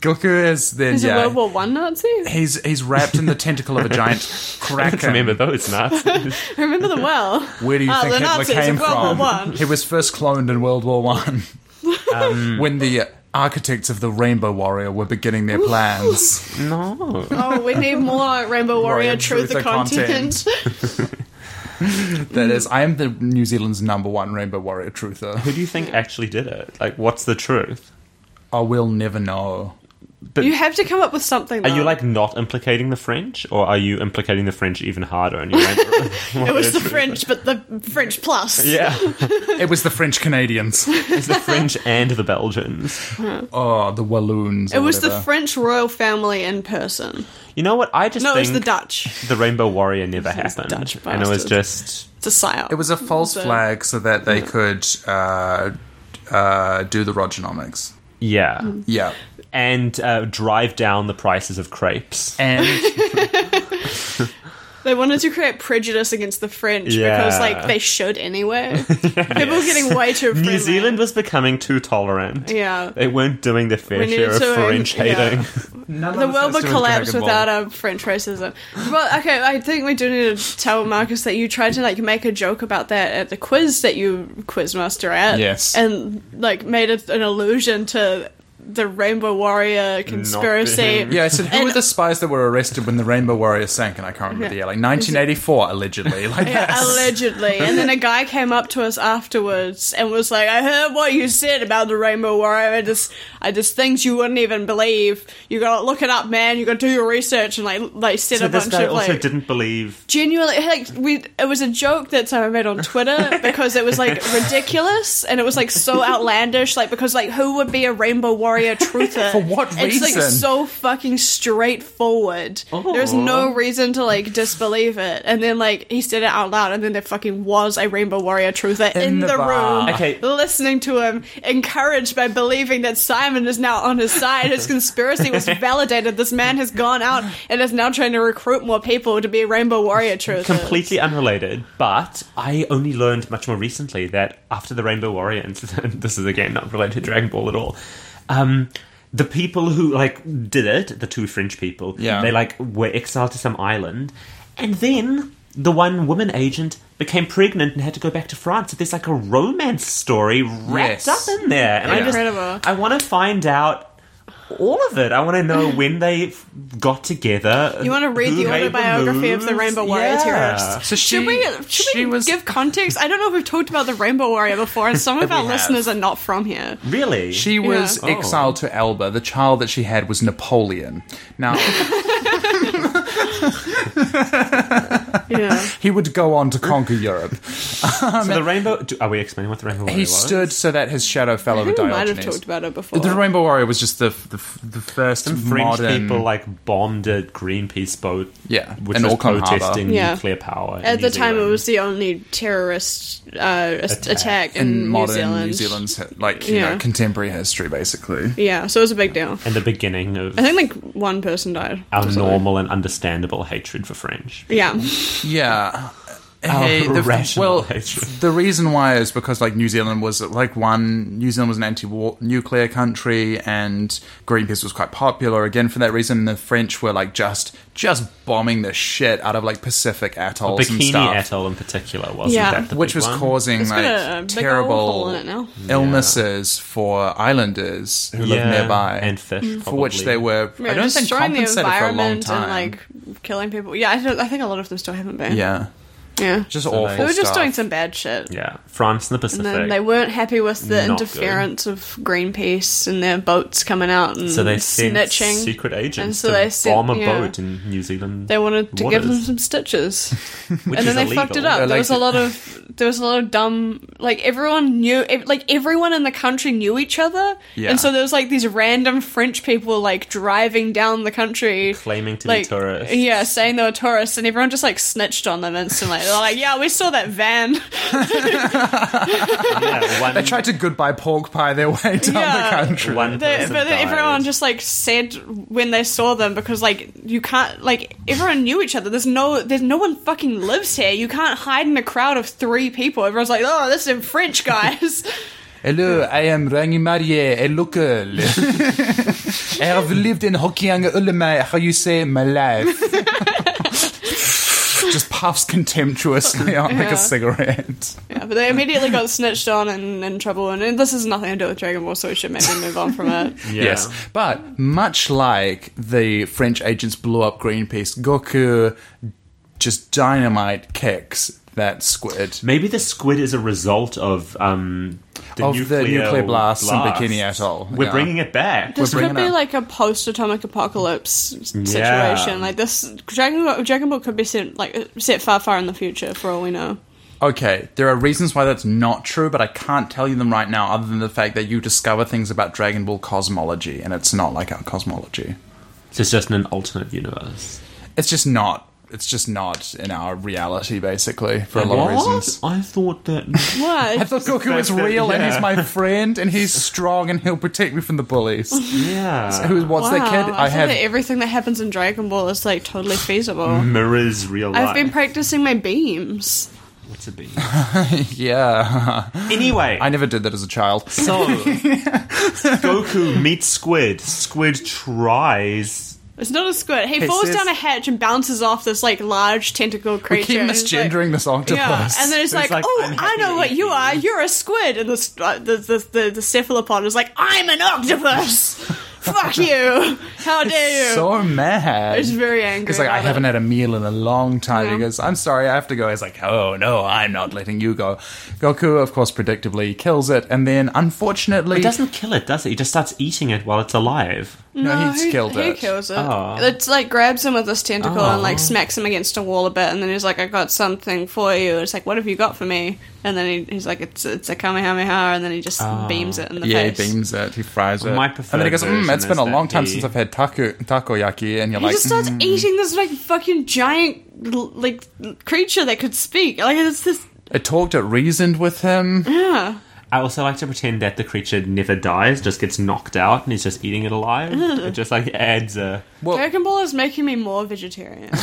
Goku is then
Is
yeah.
it World War One Nazi?
He's he's wrapped in the tentacle of a giant kraken.
Remember those Nazis?
I remember them well.
Where do you
Ah,
think
the
Hitler
Nazis
came
in World War
from?
One.
He was first cloned in World War One,
Um,
when the architects of the Rainbow Warrior were beginning their plans.
no.
Oh, we need more Rainbow Warrior,
Warrior
Truth, the
Truther
Content.
that is, I am the New Zealand's number one Rainbow Warrior truther.
Who do you think actually did it? Like, what's the truth?
I will never know.
But
You have to come up with something. Though.
Are you like not implicating the French, or are you implicating the French even harder? And you it
it was the French, but the French plus.
Yeah,
It was the French Canadians.
it's the French and the Belgians.
Oh, the Walloons.
It was the
French.
French royal family in person.
You know what? I just
No, it
think
was the Dutch.
the Rainbow Warrior never happened,
Dutch
and it was
bastards.
just
It's a psyop.
It was a false
So-
flag so that they could uh, uh, do the rogenomics.
yeah,
Mm.
Yeah.
and uh, drive down the prices of crepes.
And
They wanted to create prejudice against the French
Yeah.
because, like, they should anyway. People were getting way too.
New
friendly.
Zealand was becoming too tolerant.
Yeah.
They weren't doing their fair
We
share
needed
of
to, um,
French
yeah.
hating.
the world would collapse without um, French racism. Well, okay, I think we do need to tell Marcus that you tried to like make a joke about that at the quiz that you quizmaster at.
Yes.
and like made it an allusion to the Rainbow Warrior conspiracy.
being-
Yeah, I said, who were
And-
the spies that were arrested when the Rainbow Warrior sank? And I can't remember the year, like 1984, allegedly. Like that.
Yeah, allegedly. And then a guy came up to us afterwards and was like, "I heard what you said about the Rainbow Warrior. I just, I just things you wouldn't even believe. You got to look it up, man. You got to do your research and like, like said
So
a bunch
this guy
of like."
also didn't believe.
genuinely like we it was a joke that someone made on twitter because it was like ridiculous and it was like so outlandish like because like who would be a rainbow warrior truther
For what
it's like
reason? Oh.
so fucking straightforward there's no reason to like disbelieve it and then like he said it out loud and then there fucking was a rainbow warrior truther in,
the
the, room
bar.
Okay.
listening to him encouraged by believing that simon is now on his side his conspiracy was validated this man has gone out and is now trying to recruit more people to be rainbow warrior truth
Completely unrelated, but I only learned much more recently that after the Rainbow Warrior incident, this is again not related to Dragon Ball at all. Um, the people who like did it, the two French people,
Yeah.
they like were exiled to some island, and then the one woman agent became pregnant and had to go back to France. So there's like a romance story wrapped
Yes.
up in there, and I
Yeah.
just
Incredible.
I want to find out. All of it. I want to know when they f- got together.
you want to read
who
the
made
autobiography of the
moves.
Rainbow Warrior
Yeah.
terrorist?
So she-
should we should
she
we
was-
give context? I don't know if we've talked about the Rainbow Warrior before, and some of
We
our
have.
listeners are not from here.
Really?
She was
Yeah.
exiled to Elba. The child that she had was Napoleon. Now,
Yeah.
he would go on to conquer Europe.
So the rainbow. do- are we explaining what the rainbow warrior
He
was?
stood so that his shadow fell over
we might
Diogenes.
have talked about it before.
the Rainbow Warrior was just the the, the first
French
modern
people like bombed a Greenpeace boat.
Yeah,
which
in
was
Auckland Harbour.
protesting
Yeah.
nuclear power. in
At
New
the time, it
Zealand.
was the only terrorist uh, attack, attack in,
in modern
New Zealand.
Zealand's like you
Yeah.
know contemporary history, basically.
Yeah, so it was a big deal.
and the beginning of
I think like one person died.
our
or something.
normal and understandable hatred for French.
Yeah.
Yeah. Hey, the,
rational
well,
hatred.
the reason why is because like New Zealand was like one New Zealand was an anti-war nuclear country, and Greenpeace was quite popular again for that reason. The French were like just just bombing the shit out of like Pacific atolls and
Bikini
stuff,
Atoll in particular wasn't
Yeah.
that the
which
big
was
one?
causing
It's
like
got a big old hole in it
terrible
now.
illnesses for islanders who live
Yeah,
nearby
and fish
for which they were
Yeah,
I don't think
Mm. destroying the
compensated for a long
environment
time.
and like killing people. Yeah, I, don't, I think a lot of them still haven't been.
yeah,
yeah.
just
So
awful.
they-
they were just
stuff.
doing some bad shit.
Yeah, France and the Pacific.
And then they weren't happy with the
Not
interference of Greenpeace and their boats coming out and
so they sent
snitching.
secret agents
And so
to
they sent-
bomb a
yeah.
boat in New Zealand.
They wanted to give them
waters,
some stitches,
which
and
is
then they
illegal.
fucked it up.
Yeah,
there
like-
was a lot of there was a lot of dumb like everyone knew ev- like everyone in the country knew each other,
Yeah.
and so there was like these random French people like driving down the country.
claiming to
Like,
be tourists.
yeah, saying they were tourists, and everyone just like snitched on them instantly. They're like, "Yeah, we saw that van."
Yeah, one-
They tried to goodbye pork pie their way down
Yeah.
the country.
one
They,
person
but then
died.
everyone just like said when they saw them because like you can't like everyone knew each other. There's no there's no one fucking lives here. You can't hide in a crowd of three people. Everyone's like, oh, this is French guys.
Hello, I am Rangi Marie, a local. I have lived in Hokianga Ulema, how you say, my life. Just puffs contemptuously on like
Yeah.
a cigarette.
yeah, but they immediately got snitched on and in trouble. And, and this has nothing to do with Dragon Ball, so we should maybe move on from it.
Yeah.
Yes, but much like the French agents blew up Greenpeace, Goku just dynamite kicks that squid
Maybe the squid is a result of um, the,
Of the
nuclear
nuclear blasts in
blasts.
Bikini Atoll,
We're
yeah.
bringing it back.
This
bringing
could be
up-
like a post-atomic apocalypse s- situation.
Yeah.
Like this, Dragon Ball, Dragon Ball could be set like set far, far in the future for all we know.
Okay, there are reasons why that's not true, but I can't tell you them right now, other than the fact that you discover things about Dragon Ball cosmology, and it's not like our cosmology.
So it's just in an alternate universe.
It's just not. It's just not in our reality, basically, for a lot of reasons.
I thought that.
I
Why?
thought Goku was
that-
real and he's
yeah.
my friend and he's strong and he'll protect me from the bullies.
yeah.
Who what's
wow,
that kid?
I,
I,
thought
have
that everything that happens in Dragon Ball is like totally feasible.
Mm-hmm.
Mirrors real life.
I've been practicing my beams.
What's it be?
yeah.
anyway,
I never did that as a child.
so Goku meets Squid. Squid tries
It's not a squid. He
It
falls
says-
down a hatch and bounces off this like large tentacle
We
creature.
keep
and he's like-
misgendering this octopus.
Yeah, and then it's,
So
like,
it's like,
oh,
I'm
I
happy
know
to
what
eat
you
you."
are. You're a squid, and the uh, the, the the the cephalopod is like, I'm an octopus. Fuck you! How dare you?
so mad.
It's very angry.
He's like, I
about
haven't
it.
had a meal in a long time. He
Yeah.
goes, I'm sorry, I have to go. He's like, Oh no, I'm not letting you go. Goku, of course, predictably kills it, and then unfortunately,
It doesn't kill it, does it? He just starts eating it while it's alive.
no, he's
he,
killed
He
it.
kills it.
Oh.
It's like grabs him with this tentacle and
Oh.
like smacks him against a wall a bit, and then he's like, I got something for you. It's like, what have you got for me? And then he, he's like, it's it's a kamehameha, and then he just beams it in the
yeah,
face.
he beams it. He fries it.
My
and then he
preferred
goes, mm,
version
It's been a
is
long
that
time
he-
since I've had taku- takoyaki, and you're
He
like,
just starts
"Mm,
eating this like fucking giant l- like creature that could speak. Like it's this
It talked, it reasoned with him.
yeah.
I also like to pretend that the creature never dies, just gets knocked out, and he's just eating it alive. It just like adds a.
Well-
Dragon Ball is making me more vegetarian.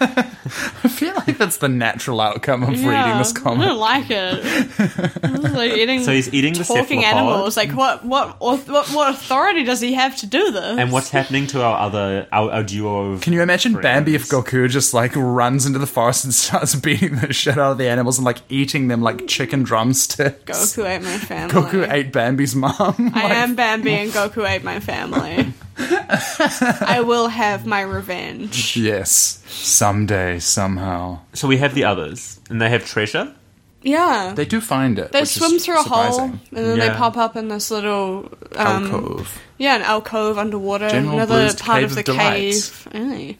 I feel like that's the natural outcome of reading
yeah,
this
I
comic.
don't like it. It's like eating
So he's eating the
talking
cephalopod.
animals. Like what what auth- what what authority does he have to do this?
And what's happening to our other our, our duo of?
Can you imagine
Friends.
Bambi if Goku just like runs into the forest and starts beating the shit out of the animals and like eating them like chicken drumsticks?
Goku ate my family.
Goku ate Bambi's mom.
I am Bambi and Goku ate my family. I will have my revenge.
yes, someday somehow
So we have the others, and they have treasure.
Yeah.
they do find it.
They
which is
swim through a hole and
surprising.
then they
Yeah.
pop up in this little um,
Alcove.
Yeah, an alcove underwater,
General
another
Blue's
part
Cave
of
of
the
Delights.
cave, really,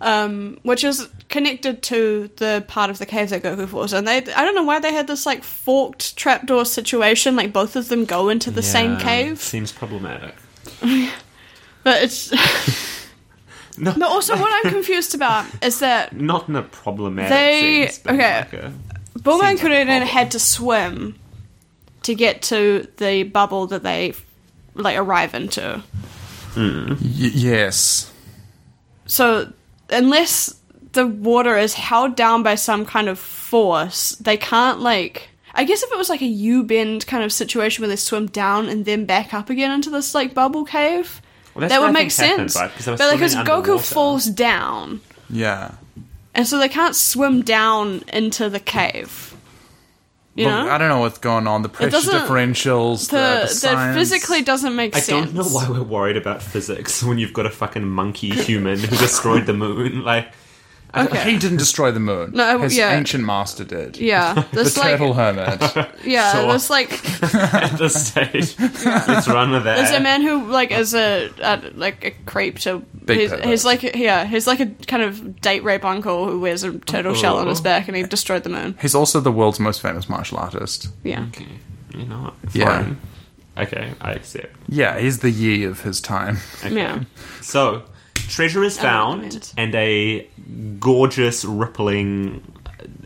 um, which is connected to the part of the cave that Goku falls. in. they, I don't know why they had this like forked trapdoor situation. Like both of them go into the same
Yeah,
cave,
seems problematic.
but it's.
No,
but also, what I'm confused about is that
not in a problematic.
They-
sense, but
okay.
like a-
Bulma and
Seems like a
Kuririn
problem.
had to swim to get to the bubble that they like arrive into.
Y- yes,
So unless the water is held down by some kind of force, they can't like. I guess if it was like a U bend kind of situation where they swim down and then back up again into this like bubble cave,
Well, that's
that
what
would
I
make
think happened,
sense.
right? 'Cause they were
but like, because
swimming
Goku
underwater.
falls down,
yeah.
and so they can't swim down into the cave. You
Look,
know,
I don't know what's going on. The pressure
doesn't-
differentials, the, the,
the, the
science.
physically doesn't make
I
sense.
don't know why we're worried about physics when you've got a fucking monkey human who destroyed the moon. Like,
Okay.
He didn't destroy the moon.
No, I-
his
yeah.
ancient master did.
Yeah,
The
this like
turtle hermit.
yeah,
Sure.
this like
at this stage, let's run with that.
there's a man who like is a, a like a creep to
Big
he's,
pervert.
he's like yeah he's like a kind of date rape uncle who wears a turtle shell on his
Oh.
back and he destroyed the moon.
He's also the world's most famous martial artist.
Yeah,
Okay, you know what?
Yeah.
Fine. Okay, I accept.
Yeah, he's the ye of his time.
yeah.
So, treasure is found,
wait.
and a gorgeous, rippling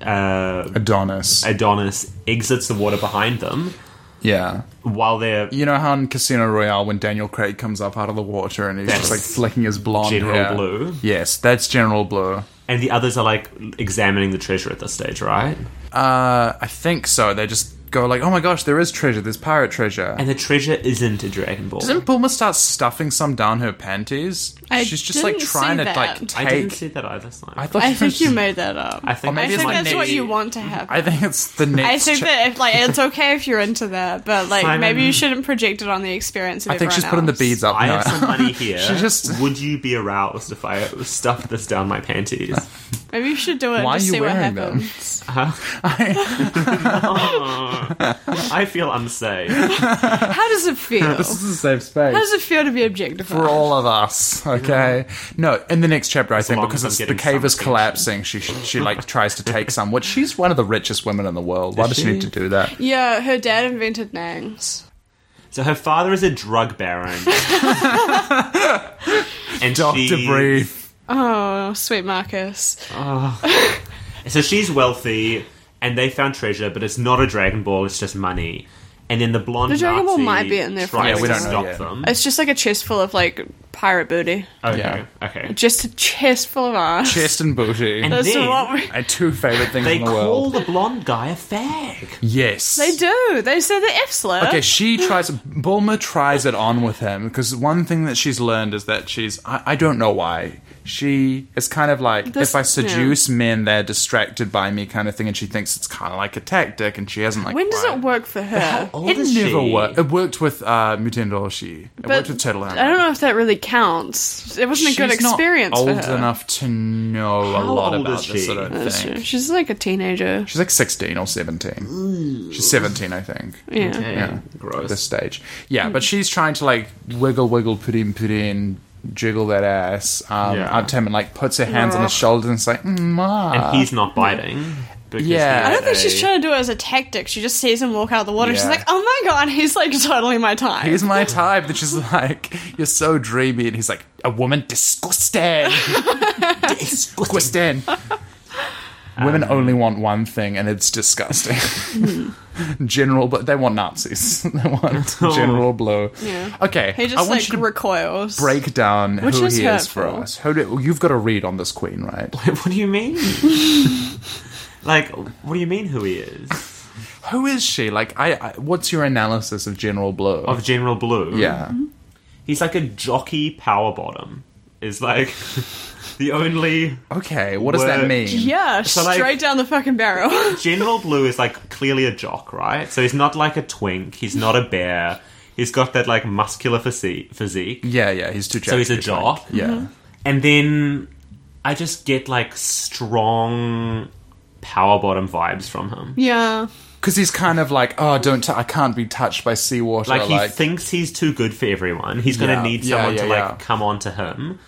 uh,
Adonis.
Adonis exits the water behind them
yeah.
while they're
You know how in Casino Royale when Daniel Craig comes up out of the water and he's just like
That's
flicking his blonde
General
hair?
Blue.
Yes, that's General Blue.
and the others are like examining the treasure at this stage, right?
Uh, I think so. They just go like, "Oh my gosh, there is treasure. There's pirate treasure."
And the treasure isn't a Dragon Ball.
Doesn't Bulma start stuffing some down her panties?
I
She's just like
didn't see
trying to
that.
like take.
I didn't see that either. Simon. I,
thought
I
it
think
was-
you made that up. I
think,
maybe
that's
it's
think
my
my
that's
name.
what you want to happen.
I think it's the next.
I think
cha-
that if like it's okay if you're into that, but like
Simon.
maybe you shouldn't project it on the experience.
I
Of
think
everyone
she's putting the
else.
beads up.
I
now.
have some money here.
She just-
Would you be aroused if I stuffed this down my panties?
Maybe you should do it.
Why
and just
are you
see what
wearing them?
happens.
I feel unsafe.
How does it feel?
this
How
is a safe space.
does it feel to be objectified?
for all of us. Okay. No, in the next chapter, I think
long
because
as I'm
it's, the
getting
cave is
something.
collapsing, she she like tries to take some. Which she's one of the richest women in the world. Why does she need to do that?
Yeah, her dad invented Nangs.
So her father is a drug baron. and
Doctor
she-
Breathe.
Oh, sweet Marcus.
So she's wealthy, and they found treasure, but it's not a Dragon Ball. It's just money. And then the blonde
The Dragon Ball
Nazi
might be in there for
tries
Yeah, we
to
don't know
stop
yet.
them.
It's just like a chest full of like pirate booty.
Okay,
Yeah.
okay.
Just a chest full of ass.
Chest and booty.
And
That's
then
what we-
my two favorite things
they
in the
call
world.
the blonde guy a fag.
Yes.
They do. They say the F slur.
Okay, she tries. Bulma tries it on with him because one thing that she's learned is that she's. I, I don't know why. She is kind of like
This-
if I seduce men, they're distracted by me, kind of thing, and she thinks it's kind of like a tactic, and she hasn't like.
when does
tried-
it work for her?
Old
It
is
never
she?
worked. It worked with uh, Mutendo Oshi. It worked with Turtle
I don't know if that really counts. It wasn't
She's
a good experience
not old
for her.
enough to know a
How
lot
old
about
is
this
she?
sort of
That's
thing.
true. She's like a teenager.
She's like 16 or 17. She's 17, I think.
Yeah.
Okay,
Yeah. At this
gross.
stage. Yeah,
Hmm.
but she's trying to like wiggle, wiggle, put in, put in, jiggle that ass. Um,
Yeah.
yeah. Artem and like puts her hands on his shoulders and it's like, "Mm, ma.
And he's not biting. because
uh, Yeah.
he's
I don't think
a-
she's trying to do it as a tactic. She just sees him walk out of the water. She's
Yeah.
like, "Oh my god, he's like totally my type."
He's my type. And she's like, you're so dreamy. And he's like, a woman? Disgusting. disgusting. Women
Um,
only want one thing, and it's disgusting.
Hmm.
general, but they want Nazis. they want General Blue.
Oh. Yeah.
Okay,
He
I
just
want
like
you to
recoils.
break down
Which
who
is
he is for
hurtful.
us. Who do, you've got to read on this queen, right?
what do you mean? like, what do you mean who he is?
Who is she? Like, I. I what's your analysis of General Blue?
Of General Blue.
yeah.
He's like a jockey power bottom. Is like the only
Okay. What does that
Word.
mean?
Yeah,
So, like-
straight down the fucking barrel.
General Blue is like clearly a jock, right? So he's not like a twink. He's not a bear. He's got that like muscular physi- physique.
Yeah, yeah. He's too.
So he's a
jacked,
jock. Mm-hmm.
Yeah.
Mm-hmm.
And then I just get like strong power bottom vibes from him.
yeah.
Because he's kind of like, oh, don't, t- I can't be touched by seawater.
Like he
like
thinks he's too good for everyone. He's gonna
Yeah,
need
yeah,
someone
yeah,
to like
yeah.
come on to him.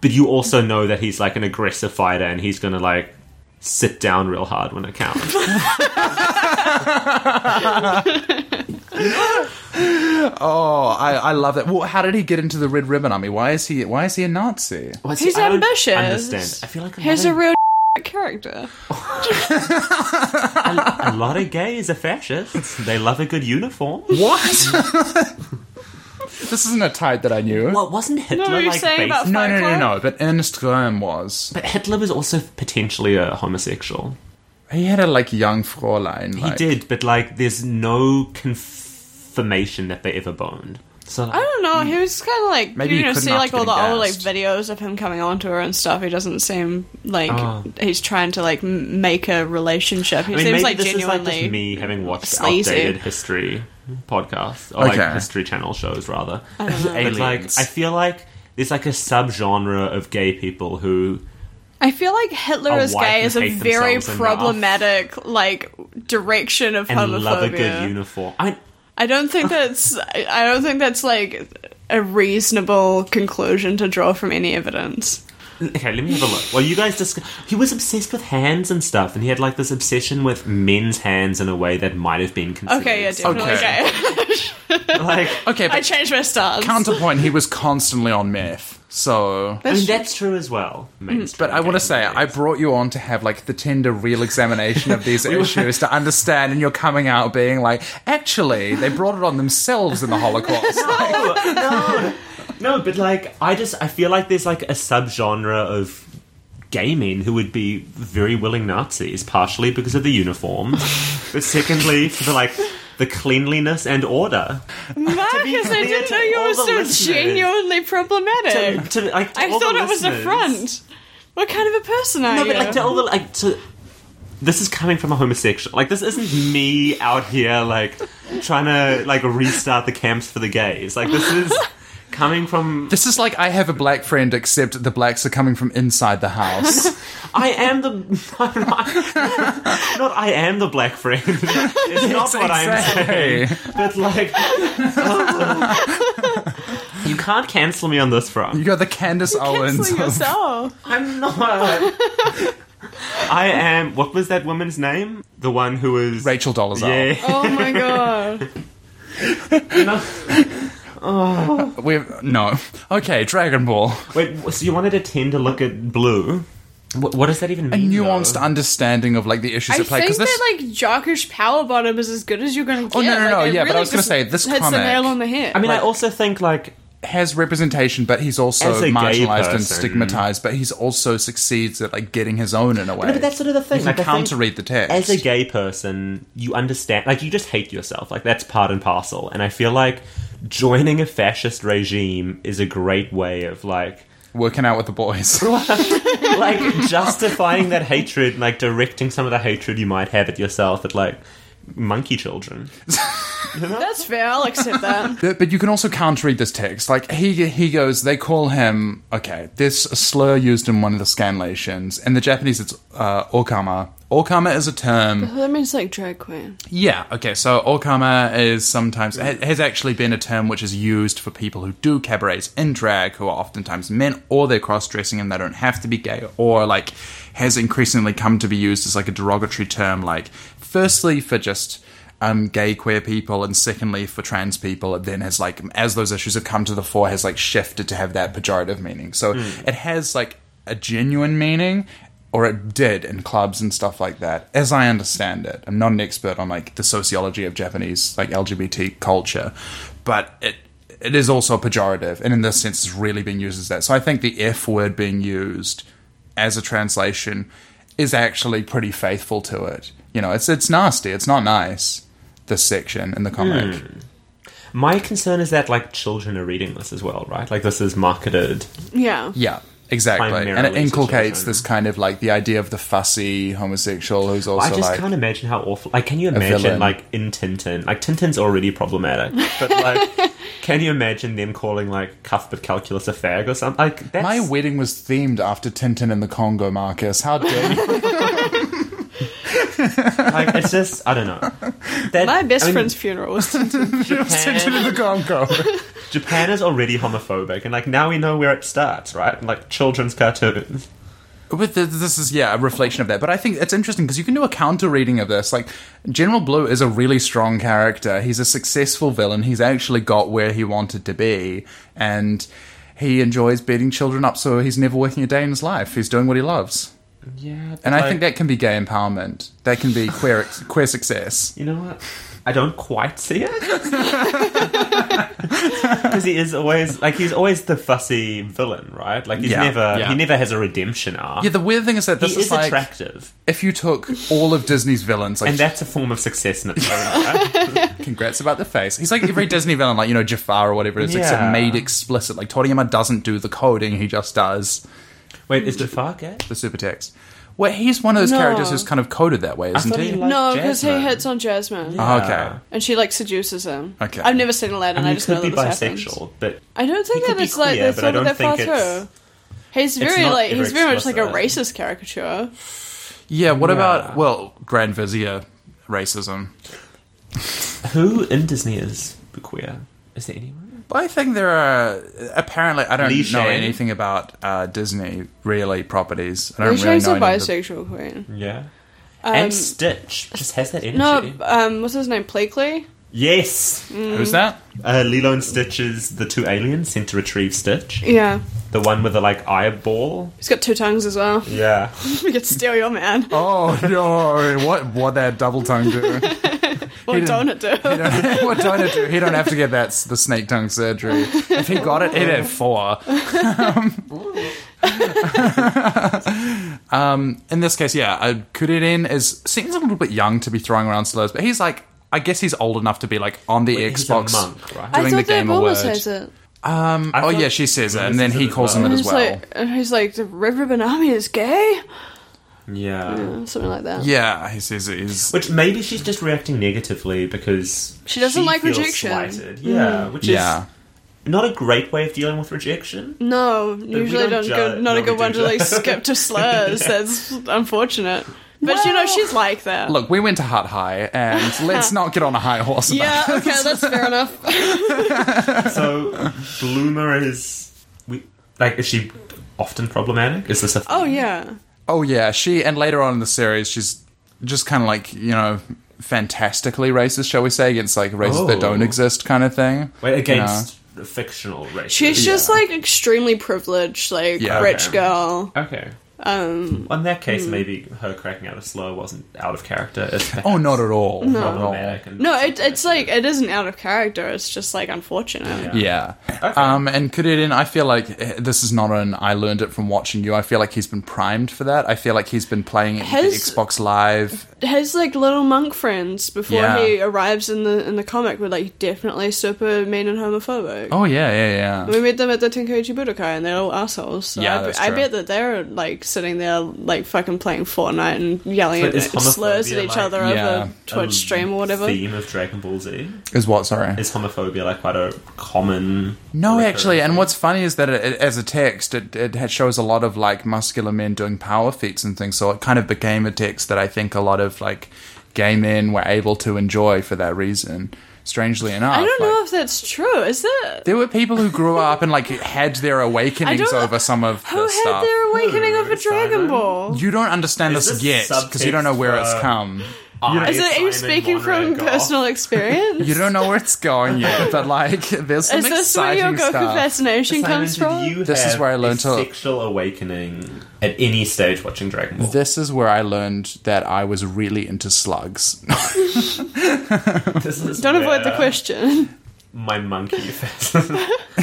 But you also know that he's like an aggressive fighter and he's gonna like sit down real hard when it counts.
oh, I, I love that. Well, how did he get into the Red Ribbon Army? Why is he, why is he a Nazi?
Well, see,
He's
I don't
ambitious.
Understand? I feel like a
He's
lot,
a
of,
real character.
a lot of gays are fascists. They love a good uniform.
What? this isn't a type that I knew.
Well, wasn't Hitler
what you're
like
saying
bas-
about-
no, no,
Fight
no,
Club?
no. But Ernest Graham was.
But Hitler was also potentially a homosexual.
He had a like young Fräulein.
He
Like,
did, but like, there's no confirmation that they ever boned. So like,
I don't know. He was kind of like
Maybe
you
he
know
couldn't
see
after
like all the
getting
old like
gassed.
videos of him coming onto her and stuff. He doesn't seem like
Oh.
he's trying to like m- make a relationship. He
I mean,
seems
maybe
like
this
genuinely
is like just me having watched
sleazy.
outdated history podcasts or
Okay.
like history channel shows rather. But
Aliens.
like, I feel like there's like a subgenre of gay people who
I feel like Hitler
Are
is
white
gay
and
is a
hate
very
themselves enough.
problematic like direction of
and
homophobia.
love a good uniform. I mean,
I don't think that's I I don't think that's like a reasonable conclusion to draw from any evidence.
Okay, let me have a look. Well, you guys discuss. He was obsessed with hands and stuff, and he had like this obsession with men's hands in a way that might have been considered.
Okay, yeah, definitely
Okay.
gay.
Like,
Okay,
I
but
changed my stance.
counterpoint, he was constantly on meth. So.
I mean, that's true as well. mainstream
Mm, But I want to
gay
say, I
community.
brought you on to have like the tender real examination of these issues to understand, and you're coming out being like, actually, they brought it on themselves in the Holocaust.
no, no, no, but like, I just I feel like there's like a subgenre of gay men who would be very willing Nazis, partially because of the uniform, but secondly for the like the cleanliness and order.
Marcus, I
clear
didn't
to
know you
all the
were so
listeners.
genuinely
To-
problematic.
to, like, to
I
all the
thought it was a
listeners-
front. What kind of a person are
No,
you?
but like to all the like to. This is coming from a homosexual. Like this isn't me out here like trying to like restart the camps for the gays. Like this is coming from.
This is like I have a black friend, except the blacks are coming from inside the house.
I am the not. I am the black friend. It's not what I'm saying. But like, you can't cancel me on this front.
You're the Candace Owens.
Canceling
Of,
yourself.
I'm not. I am. What was that woman's name? The one who was
Rachel Dolezal.
Yeah.
Oh my Oh god.
We no. Okay, Dragon Ball.
Wait, so you wanted a ten to look at blue? What, what does that even
A
mean?
nuanced
though?
understanding of like the issues
I
at play
think
because this
that like Jockish Power Bottom is as good as you're going to get.
Oh, no, no,
Like,
no,
it
yeah, but I was gonna
just
say, this
hits
comic-
the nail on the head.
I mean, I also think like
has representation, but he's also
As a gay
marginalized and
person.
stigmatized. But he's also succeeds at like getting his own in a way.
No, but that's sort of the thing.
You
like,
can
I think
counter-read the text.
As a gay person, you understand. Like, you just hate yourself. Like, that's part and parcel. And I feel like joining a fascist regime is a great way of, like,
working out with the boys.
like justifying that hatred, like, directing some of the hatred you might have at yourself at, like, monkey children.
that's fair. I'll accept that.
But but you can also counter-read this text. Like he he goes, they call him okay. This slur used in one of the scanlations in the Japanese. It's uh, okama. Okama is a term.
that means like drag queen.
Yeah. Okay. So okama is sometimes ha- has actually been a term which is used for people who do cabarets in drag, who are oftentimes men or they're cross-dressing and they don't have to be gay, or like has increasingly come to be used as like a derogatory term. Like firstly for just um, gay queer people and secondly for trans people it then has like as those issues have come to the fore has like shifted to have that pejorative meaning so it has like a genuine meaning or it did in clubs and stuff like that as i understand it i'm not an expert on like the sociology of japanese like lgbt culture but it it is also pejorative and in this sense it's really being used as that so i think the f word being used as a translation is actually pretty faithful to it. You know, it's it's nasty. It's not nice. This section in the comic.
My concern is that, like, children are reading this as well, right? Like, this is marketed.
Yeah.
Yeah, exactly. And it
Primarily to
inculcates
children.
this kind of like the idea of the fussy homosexual who's also
I just
like
can't imagine how awful. Like, can you
villain.
imagine, like, in Tintin? Like, Tintin's already problematic, but, like, can you imagine them calling, like, Cuthbert Calculus a fag or something? Like, that's.
my wedding was themed after Tintin in the Congo, Marcus. How dare you?
like, it's just, I don't know. That-
My best
I mean,
friend's funeral was
Tintin in
Japan,
the Congo.
Japan is already homophobic, and, like, now we know where it starts, right? Like, children's cartoons.
But th- this is yeah a reflection of that. But I think it's interesting because you can do a counter reading of this. Like General Blue is a really strong character. He's a successful villain. He's actually got where he wanted to be, and he enjoys beating children up. So he's never working a day in his life. He's doing what he loves,
Yeah.
and I think that can be gay empowerment. That can be queer queer success.
You know what? I don't quite see it. Because he is always like he's always the fussy villain, right? Like he's
Yeah,
never
yeah.
he never has a redemption arc.
Yeah, the weird thing is that this
he is,
is like
attractive,
if you took all of Disney's villains, like
and that's a form of success in its own right?
Congrats about the face. He's like every Disney villain, like, you know, Jafar or whatever it is, except
Yeah.
made explicit. Like, Toriyama doesn't do the coding, he just does
Wait, is eh? Jafar gay?
the super text. Well, he's one of those
No.
characters who's kind of coded that way, isn't
thought
he?
he liked-
no, because he
Jasmine.
hits on Jasmine,
Oh,
Yeah.
okay.
and she like seduces him.
Okay.
I've never seen Aladdin.
I mean,
I,
he
just know
could be
that this happens.
bisexual, but
I don't
He
think
could
that
be
it's like
queer,
that's
but I
not
don't
that far
think it's-
through. He's very
not
like
ever
he's very much like a
explicit.
racist caricature.
Yeah, what about,
Yeah.
well, Grand Vizier racism?
who in Disney is queer? Is there anyone?
But I think there are, apparently, I don't
Lee
know
Shang?
anything about uh, Disney, really, properties. I don't
She's
really know.
a
any of the-
bisexual queen.
Yeah. and Stitch just has that energy.
Um, No, mm. um, what's his name? Blakely.
Yes,
Who's that?
uh, Lilo and Stitch is the two aliens sent to retrieve Stitch.
Yeah,
The one with the like eyeball.
he's got two tongues as well.
Yeah.
we could steal your man.
Oh, no. What, what that double tongue do?
What
didn't-
don't it do?
don't- what don't it do? He don't have to get that s- the snake tongue surgery. If he got it, it had four. um, in this case, yeah, uh, Kuririn is seems a little bit young to be throwing around slurs, but he's like, I guess he's old enough to be like on the
Wait, he's a
Xbox.
monk, right?
doing the game
Bulma
award.
says it.
Um,
I
oh
thought
yeah, she says it,
Bruno
and then
says
he
it as
calls
well.
him it as
He's
well.
like, and he's like, the River Benami is gay,
Yeah.
Uh, something like that.
yeah, he says it is.
Which maybe she's just reacting negatively because
She doesn't like
feels
rejection. Mm.
slighted. Yeah, which
Yeah.
is not a great way of dealing with rejection.
No, usually
don't
don't
ju-
good, not
no,
a good
we
one
do
to like
judge.
skip to slurs. That's unfortunate. But you know, she's like that.
Look, we went to Hut High, and let's not get on a high horse. about
yeah, okay, that's fair enough.
So Bloomer is we like is she often problematic? Is this a
Oh yeah,
Oh yeah, she and later on in the series, she's just kind of like you know fantastically racist, shall we say, against like races that don't
Oh.
exist, kind of thing.
Wait, against fictional races.
She's just
Yeah.
like extremely privileged, like
Yeah.
rich
Okay.
girl.
Okay. Um, in that case,
hmm.
maybe her cracking out a slur wasn't out of character. It's
Oh, not at all. Not at all.
problematic and-
No, it, it's like it isn't out of character. It's just like unfortunate.
Yeah.
Yeah. Um, and Kuririn, I feel like eh, this is not an I learned it from watching you. I feel like he's been primed for that. I feel like he's been playing it with
His-
Xbox Live.
His like little monk friends before
Yeah.
he arrives in the in the comic were like definitely super mean and homophobic.
Oh, yeah, yeah, yeah.
We met them at the Tenkoichi Budokai, and they're all assholes. So
Yeah,
I,
that's
I
true.
bet that they're like sitting there, like fucking playing Fortnite and yelling
So
at
is
slurs at
homophobia,
each
like, um,
other
Yeah.
over Twitch
a
stream or whatever.
Theme of Dragon Ball Z
Is what, sorry?
is homophobia like quite a common.
No,
recurring
actually, and
thing?
what's funny is that it, it, as a text, it, it had- shows a lot of like muscular men doing power feats and things. So it kind of became a text that I think a lot of like gay men were able to enjoy for that reason. Strangely enough,
I don't
like,
know if that's true. Is that
There were people who grew up and like had their awakenings
don't-
over some of
who
the
had
stuff.
their awakening
Who,
of a Dragon
Simon?
Ball?
You don't understand
Is
this,
this
yet because you don't know where it's
uh,
subtext
come.
for-
Is it are
Simon
you speaking from
Monreg off.
personal experience?
You don't know where it's going yet, but like there's some
Is this where
exciting
your Goku
stuff.
fascination
Simon,
comes
did
from?
You
This is
have
where I learned
a
to-
sexual awakening at any stage watching Dragon Ball.
This is where I learned that I was really into slugs.
This is
Don't avoid the
where
question.
My monkey face.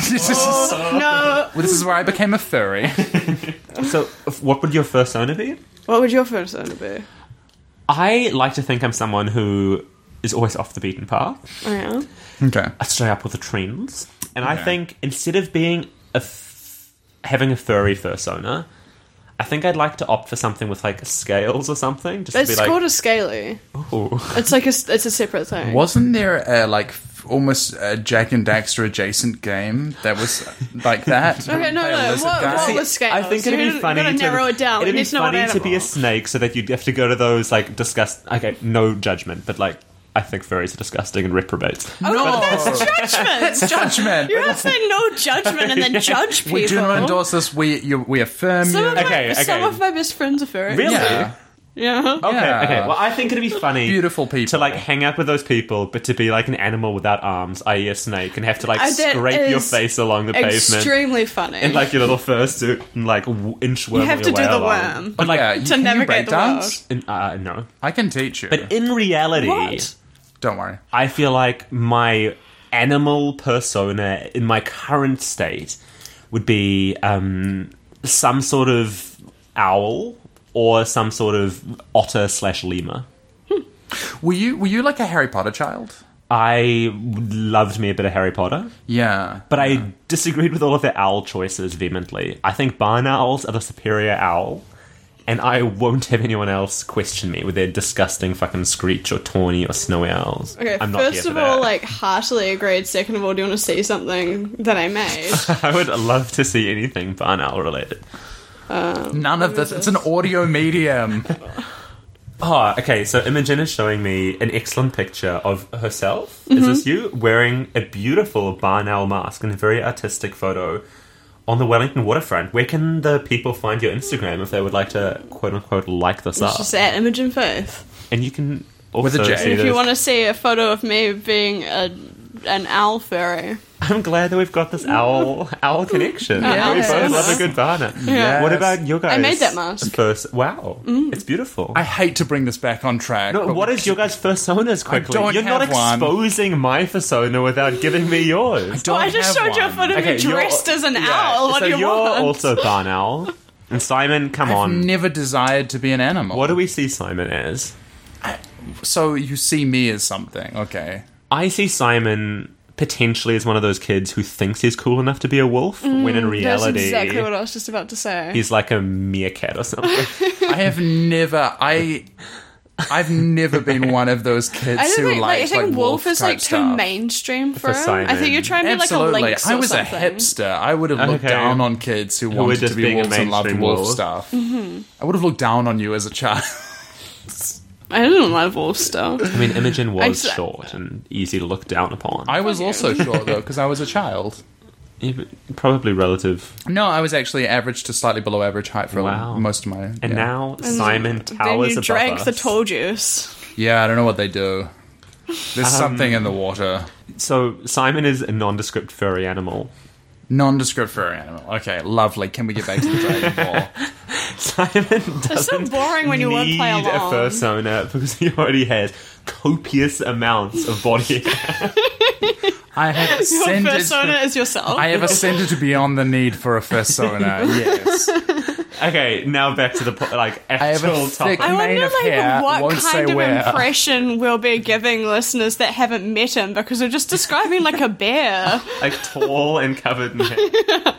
This
Oh.
is-
no.
Well, this is where I became a furry.
so, what would your first owner be?
What would your first owner be?
I like to think I'm someone who is always off the beaten path.
Oh, yeah.
Okay.
I stay up with the trends, and I
Okay.
think instead of being a f- having a furry fursona, I think I'd like to opt for something with like scales or something. Just
It's
to be
called
like,
a scaly.
"Ooh."
It's like a, s- it's a separate thing.
Wasn't there a like f- almost a Jack and Daxter adjacent game that was like that?
Okay, no,
Play a
no,
lizard
what-
guy?
what
See,
was scales?
I think
You
it'd be
gotta-
funny
you gotta
to
narrow it down.
It'd
You
be
need to know what
funny to be a
animal.
snake, so that you'd have to go to those like disgust. Okay, no judgment, but like I think furries are disgusting and reprobates.
no,
Oh, Judgment!
it's judgment.
You're not saying no judgment and then judge people.
we do not endorse this. We you, we affirm
Some,
you.
of my,
Okay, okay.
some of my best friends are furry.
Really? Oh,
Yeah.
Yeah.
Okay,
Yeah.
okay. Well, I think it'd be funny,
Beautiful people.
to like hang out with those people, but to be like an animal without arms, i.e., a snake, and have to like
Uh, that
scrape your
is
face along the pavement
Extremely funny.
and like your little fursuit and like w- inchworm.
you have
your
to do
way
the
along.
worm.
But like,
yeah, you, can you
navigate
break
the
dance?
in, uh, no.
I can teach you.
But in reality,
What?
Don't worry.
I feel like my animal persona in my current state would be um, some sort of owl or some sort of otter slash lemur.
Were you were you like a Harry Potter child?
I loved me a bit of Harry Potter,
Yeah,
but I disagreed with all of their owl choices vehemently. I think barn owls are the superior owl, and I won't have anyone else question me with their disgusting fucking screech or tawny or snowy owls.
Okay,
I'm not here
first
for
of all,
that.
like heartily agreed. Second of all, do you want to see something that I made?
I would love to see anything barn owl related.
none of this. It's an audio medium.
Oh, okay. So Imogen is showing me an excellent picture of herself.
Mm-hmm.
Is this you wearing a beautiful barn owl mask in a very artistic photo on the Wellington waterfront? Where can the people find your Instagram if they would like to quote unquote like this
it's
up?
just at Imogen Faith.
And you can also
With a J.
see
If you
this-
want to see a photo of me being a an owl fairy,
I'm glad that we've got this owl owl connection.
Yeah.
We both
Yes.
love a good barn. owl.
Yeah.
What about your guys?
I made that mask. Mm.
First, wow, it's beautiful.
I hate to bring this back on track.
No,
but
what
we-
is your guys' personas quickly?
don't
You're not
have one.
exposing my persona without giving me yours.
Don't
well, Oh, I just
have
showed you a
one.
photo of me
you're-
dressed as an
yeah,
owl. What
so
do you
you're
want?
also barn owl. And Simon, come
I've
on.
never desired to be an animal.
what do we see Simon as?
So you see me as something, okay?
I see Simon potentially as one of those kids who thinks he's cool enough to be a wolf, when in
Mm, That's
reality
exactly what I was just about to say.
he's like a meerkat or something.
I have never, I, I've never been one of those kids
I don't
who
think like, I
likes
think
like
wolf, is
type
like too
stuff.
mainstream for, him.
Simon.
I think you're trying to be like a
Absolutely,
lynx
I
or
was a
something.
hipster. I would have looked
Okay.
down on kids who, wanted
just
to be
being a
wolves and loved
mainstream
wolf
wolf.
stuff. I would have looked down on you as a child.
I didn't love wolf stuff.
I mean, Imogen was
just-
short and easy to look down upon.
I was
Okay.
also short though because I was a child.
Probably relative.
No, I was actually average to slightly below average height for
Wow.
most of my.
And
yeah.
now Simon
then
towers
you
above
drank
us.
the tall juice.
Yeah, I don't know what they do. There's
Um,
something in the water.
So Simon is a nondescript furry animal.
Nondescript furry animal. Okay, lovely. Can we get back to the Dragon Ball?
Simon
It's so
doesn't
boring when you won't
need
play
a
along.
fursona because he already has copious amounts of body.
I have
Your
ascended.
persona is yourself.
I have ascended to beyond the need for a fursona. Yes,
okay, now back to the po- like
have a
actual
thick-
topic.
I
mane
wonder
of
like
hair,
what
won't
kind
say
of
where.
impression we'll be giving listeners that haven't met him because they're just describing like a bear.
like tall and covered in hair.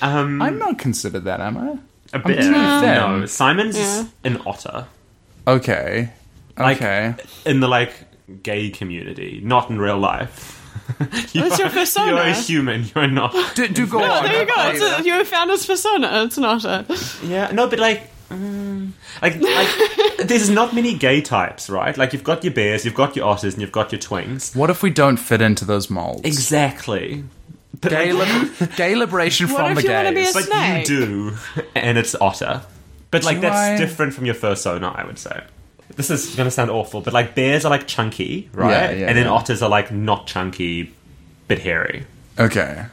I'm not considered that, am I?
A bit.
too
No,
thin.
Simon's
Yeah.
an otter.
Okay,
Like-
okay.
in the like gay community, not in real life. you
That's your persona.
You're a human. You're not.
do, do go on.
there you go.
I-
It's a, you found his persona. It's not a.
Yeah. No, but like. mm, Like, like, there's not many gay types, right? Like, you've got your bears, you've got your otters, and you've got your twinks.
what if we don't fit into those molds?
Exactly. But,
Gay,
like,
lib- gay liberation
What
from
if
the
you wanna be
gays.
a
but you
snake.
do, and it's otter. But, like,
Do
that's
I-
different from your fursona, I would say. This is going to sound awful, but, like, bears are, like, chunky, right?
Yeah, yeah,
and then
yeah.
otters are, like, not chunky, but hairy.
okay.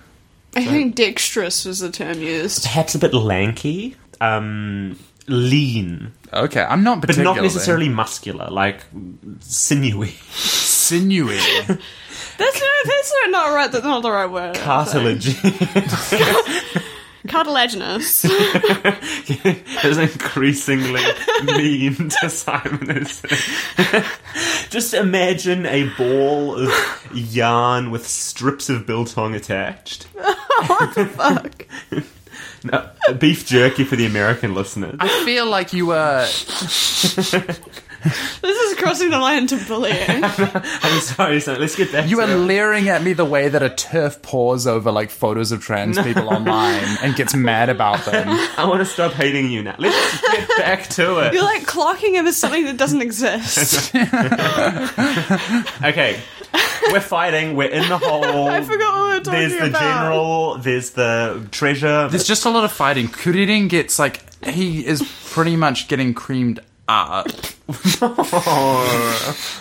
I think dexterous was the term used.
perhaps a bit lanky, um, lean,
Okay, I'm not
but
particularly
not necessarily muscular, like sinewy,
sinewy.
That's no. That's not, not right. That's not the right word.
cartilage.
Cartilaginous.
is increasingly mean to Simon. isn't it? Just imagine a ball of yarn with strips of biltong attached.
Fuck.
No, beef jerky for the American listeners.
I feel like you were.
This is crossing the line to bullying.
I'm sorry, Simon. Let's get back
You
to
were leering at me the way that a turf paws over like photos of trans people online and gets mad about them.
I want to stop hating you now. Let's get back to it.
You're like clocking him as something that doesn't exist.
Okay. We're fighting, we're in the hole.
I forgot what we were talking
There's the
about.
general, there's the treasure.
There's just a lot of fighting. Kuririn gets like he is pretty much getting creamed up.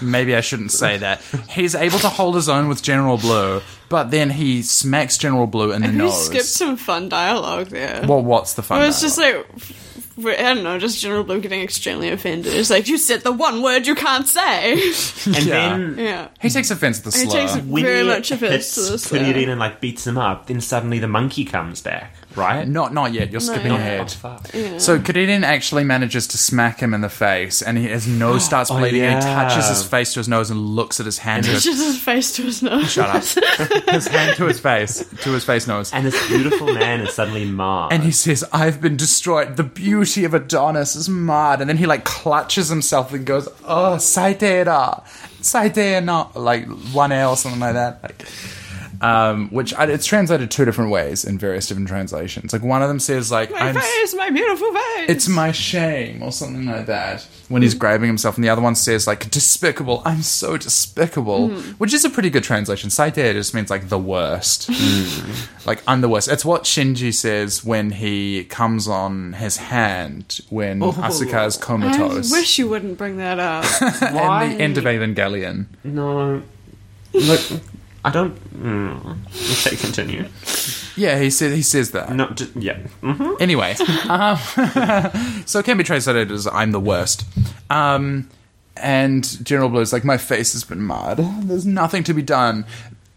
Maybe I shouldn't say that. He's able to hold his own with General Blue, but then he smacks General Blue in the
You
nose.
skipped some fun dialogue there.
well, what's the fun?
It was just
dialogue?
like I don't know, just General Blue getting extremely offended. It's like you said the one word you can't say.
yeah.
and then
yeah,
he takes offense at the
He
slur.
takes
when
very
he
much
hits
offense to this.
Kuririn
Yeah.
and like beats him up, then suddenly the monkey comes back, right?
Not not yet. You're skipping
No.
ahead.
Oh, fuck.
So Kadidin actually manages to smack him in the face, and he, his nose starts
Oh,
bleeding. And he
yeah.
touches his face to his nose and looks at his hand. To his,
Just his face to his nose.
shut up. his hand to his face, to his face nose,
And this beautiful man is suddenly marred.
and he says, "I've been destroyed. The beauty of Adonis is marred." And then he like clutches himself and goes, "Oh, saitera, saitera," like one L or something like that. Like, um, which I, it's translated two different ways in various different translations. Like one of them says, "Like
My
I'm."
face, my beautiful face.
it's my shame or something like that when
Mm.
he's grabbing himself and the other one says like despicable i'm so despicable
Mm.
which is a pretty good translation saite just means like the worst
Mm.
like i'm the worst it's what shinji says when he comes on his hand when asuka is
Oh. I
comatose
wish you wouldn't bring that up.
Why?
in the end of evangelion
no. Look, I don't. Mm. Okay, continue.
yeah he says he says that
No, just, yeah. Mm-hmm.
Anyway, um, so it can be translated as "I'm the worst." Um, and General Blue's like, "My face has been marred. There's nothing to be done."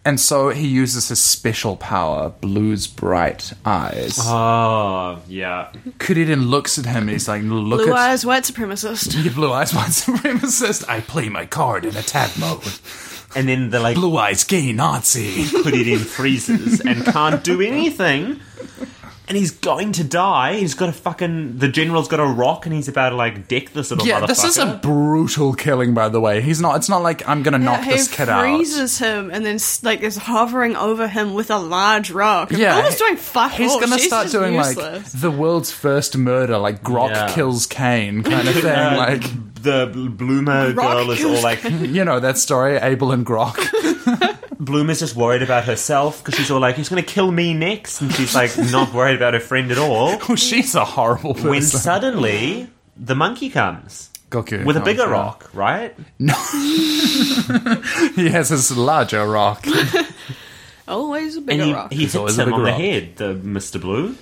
And so he uses his special power, Blue's bright eyes.
Oh, yeah.
Kuririn looks at him and he's like, "Look
Blue
at
eyes, white supremacist.
your blue eyes, white supremacist. I play my card in attack mode.
And then the like
Blue eyes, gay Nazi."
put it in freezes and can't do anything. And he's going to die. He's got a fucking. The general's got a rock, and he's about to like deck this little
Yeah,
motherfucker.
this is a brutal killing, by the way. He's not. It's not like I'm gonna knock
he
this kid out.
freezes him and then s- like is hovering over him with a large rock. And
Yeah,
Blue
he-
is doing fuck
He's
all.
gonna
Oh, She's
start
just
doing
useless.
like the world's first murder, like Grok
Yeah.
kills Kane kind of thing.
Uh,
like
the bl- bloomer
Rock
girl is all
is-
like
you know that story, Abel and Grok.
bloomer's just worried about herself because she's all like he's going to kill me next and she's like not worried about her friend at all
Oh, she's a horrible
when
person.
suddenly the monkey comes
Goku oh,
with a
comes
bigger
out.
rock, right?
He has his larger rock.
Always a
And
bigger
he,
rock.
he
always
hits
a
him
bigger
on
rock.
the head, the Mister Blue.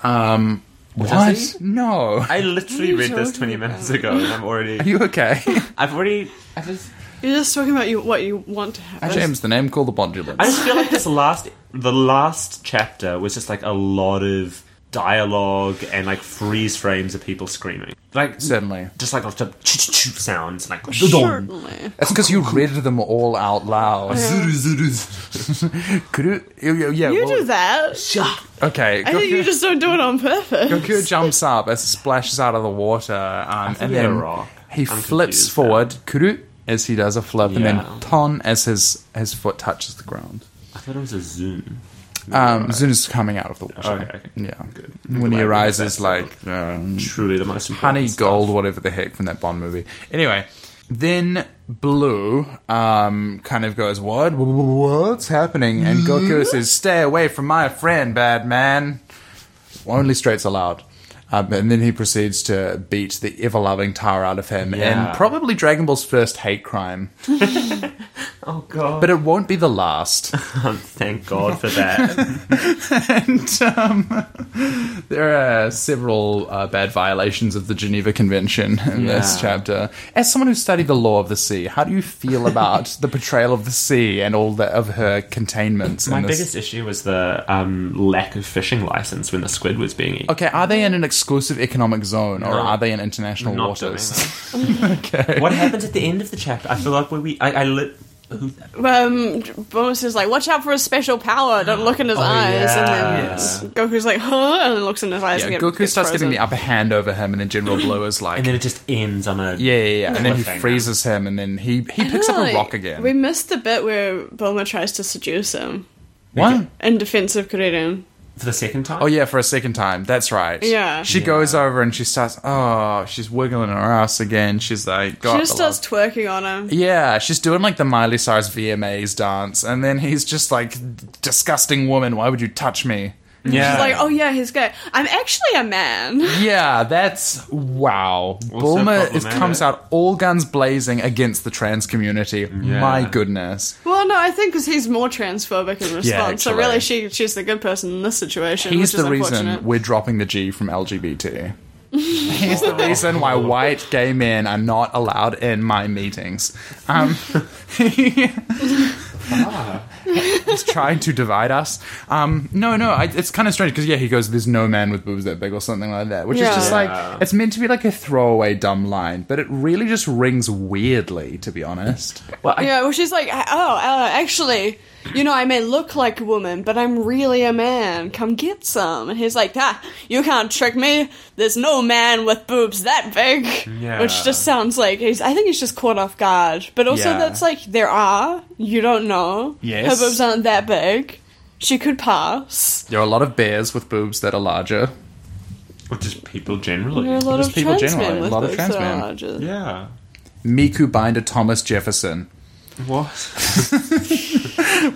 What?
he?
No.
I literally
What are
read this
you talking
twenty
about?
minutes ago, and I'm
Are
already,
you okay?
I've already, I just,
You're just talking about you what you want to happen.
James, the name called the Bondulance.
I just feel like this last, the last chapter was just like a lot of dialogue and like freeze frames of people screaming, like
Certainly.
just like lots of ch-ch-ch sounds, like
Certainly.
That's because you read them all out loud. Zuru, zuru. Could you? you- Yeah.
You
well-
do that.
Okay.
I think you just don't do it on purpose.
Goku jumps up as it splashes out of the water, um, and
he had a
then
rock.
he
I'm
flips
confused
forward, kuru, as he does a flip, and
Yeah.
then ton as his his foot touches the ground.
I thought it was a zoom.
Um, Zuna's coming out of the water.
Okay, okay.
Yeah.
Good.
When he
Glad we
arises,
assessed
like um,
Truly, the most important
honey
stuff.
gold, whatever the heck from that Bond movie. Anyway, then Blue um, kind of goes, "What? What's happening?" And
Mm-hmm.
Goku says, "Stay away from my friend, bad man." Only straights allowed. Um, and then he proceeds to beat the ever-loving tar out of him,
Yeah.
and probably Dragon Ball's first hate crime.
Oh god!
But it won't be the last.
Thank God for that.
and um, there are several uh, bad violations of the Geneva Convention in this
Yeah.
chapter. As someone who studied the law of the sea, how do you feel about the portrayal of the sea and all the, of her containments?
My
in this?
biggest issue was the um, lack of fishing license when the squid was being eaten.
Okay, are they in an exclusive economic zone or
No.
are they in international
Not
waters?
What happens at the end of the chapter? I feel like where we, I, I lit. Who,
Um, Bulma's is like, watch out for his special power. Don't look
Oh,
in his eyes. And then
yeah. Yes.
Goku's like, huh? And then looks in his eyes.
Yeah,
and get-
Goku
gets
starts
frozen.
getting the upper hand over him, and then General Blue is like,
and then it just ends on a
yeah, yeah, yeah, and then he
Cliffhanger.
freezes him, and then he he
I
picks up
don't
a
know,
rock again.
We missed the bit where Bulma tries to seduce him
what?
in defense of Kuririn.
for the second time.
Oh yeah, for a second time. That's right.
Yeah.
She
Yeah.
goes over and she starts. Oh, she's wiggling her ass again. She's like,
She
God,
just
the love.
starts twerking on him.
yeah, she's doing like the Miley Cyrus VMAs dance, and then he's just like, disgusting woman. Why would you touch me?
yeah.
She's like, oh yeah, he's gay. I'm actually a man.
Yeah, that's wow. Bulma is,
problematic.
comes out all guns blazing against the trans community.
Yeah.
My goodness,
Well, no, I think because he's more transphobic in response. so
actually.
really, she she's the good person in this situation.
he's
which is
the reason
unfortunate.
we're dropping the G from LGBT. He's the reason
Oh.
why white gay men are not allowed in my meetings. Um, he's trying to divide us. Um, no, no, I, it's kind of strange because yeah, he goes, "There's no man with boobs that big" or something like that, which is just
Yeah.
Yeah.
like it's meant to be like a throwaway dumb line, but it really just rings weirdly, to be honest.
well, I,
Yeah, well, she's like, oh, uh, actually, you know, I may look like a woman, but I'm really a man. Come get some. And he's like, ah, you can't trick me. There's no man with boobs that big.
Yeah.
Which just sounds like he's. I think he's just caught off guard. But also,
Yeah.
that's like there are. You don't know.
Yes.
her boobs aren't that big. She could pass.
There are a lot of bears with boobs that are larger.
or just people generally.
There are a lot
Just
of
people
trans
generally,
men
a
with
lot of
boobs
trans
that are
men.
larger.
Yeah.
Miku Binder Thomas Jefferson.
What?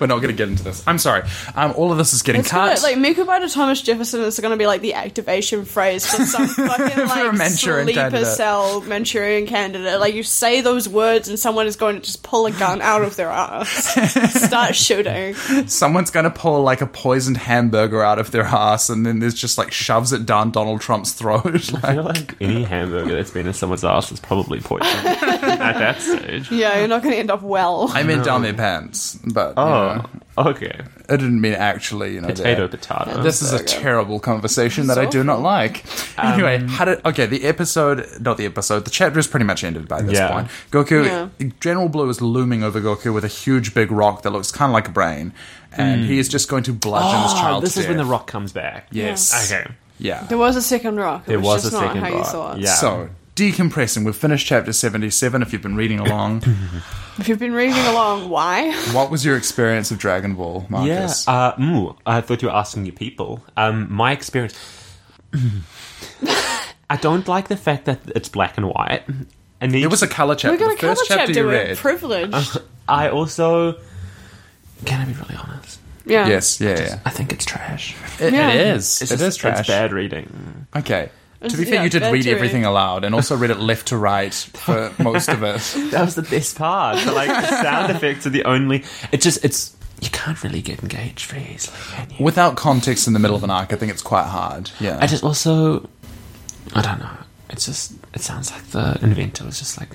We're not going to get into this. I'm sorry. Um, all of this is getting
It's
cut.
gonna, like Miku by Thomas Jefferson is going to be like the activation phrase for some fucking
For a
like
Manchurian
sleeper
candidate.
cell Manchurian candidate. Like you say those words and someone is going to just pull a gun out of their ass, start shooting.
Someone's going to pull like a poisoned hamburger out of their ass, and then there's just like shoves it down Donald Trump's throat.
I feel like any hamburger that's been in someone's ass is probably poisoned at that stage.
Yeah, you're not going to end up well.
I meant down their pants, but oh.
Oh, okay.
I didn't mean actually. You know,
Potato,
that-
potato.
This is a terrible conversation that I do not like.
Um,
Anyway, how did okay? The episode, not the episode, the chapter is pretty much ended by this
Yeah.
point. Goku,
Yeah.
General Blue is looming over Goku with a huge big rock that looks kind of like a brain, and he is just going to bludgeon this
Hmm. oh,
child.
this
to
is when the
death.
rock comes back.
Yes.
Okay.
Yeah.
There was a second rock. It
There was
just
a
not
second
how you
rock,
saw it.
yeah.
So, decompressing. We've finished chapter 77 if you've been reading along.
If you've been reading along, why?
what was your experience of Dragon Ball,
Yeah.
Marcus?
Uh, mm, I thought you were asking your people. Um, my experience. I don't like the fact that it's black and white. And
it was a color chapter.
We got a
the
cover
first chapter,
chapter.
you
we're
read.
privileged.
I also. Can I be really honest?
Yeah.
yes, yeah, yeah.
I think it's trash.
It,
Yeah.
it is. It
just-
is trash.
It's bad reading.
Okay. To be fair,
Yeah,
you did
bad
read
to read.
everything aloud and also read it left to right for most of it.
That was the best part. But, like the sound effects are the only. It just it's you can't really get engaged very easily. Can you?
Without context in the middle of an arc, I think it's quite hard. Yeah.
I just also I don't know. It's just it sounds like the inventor was just like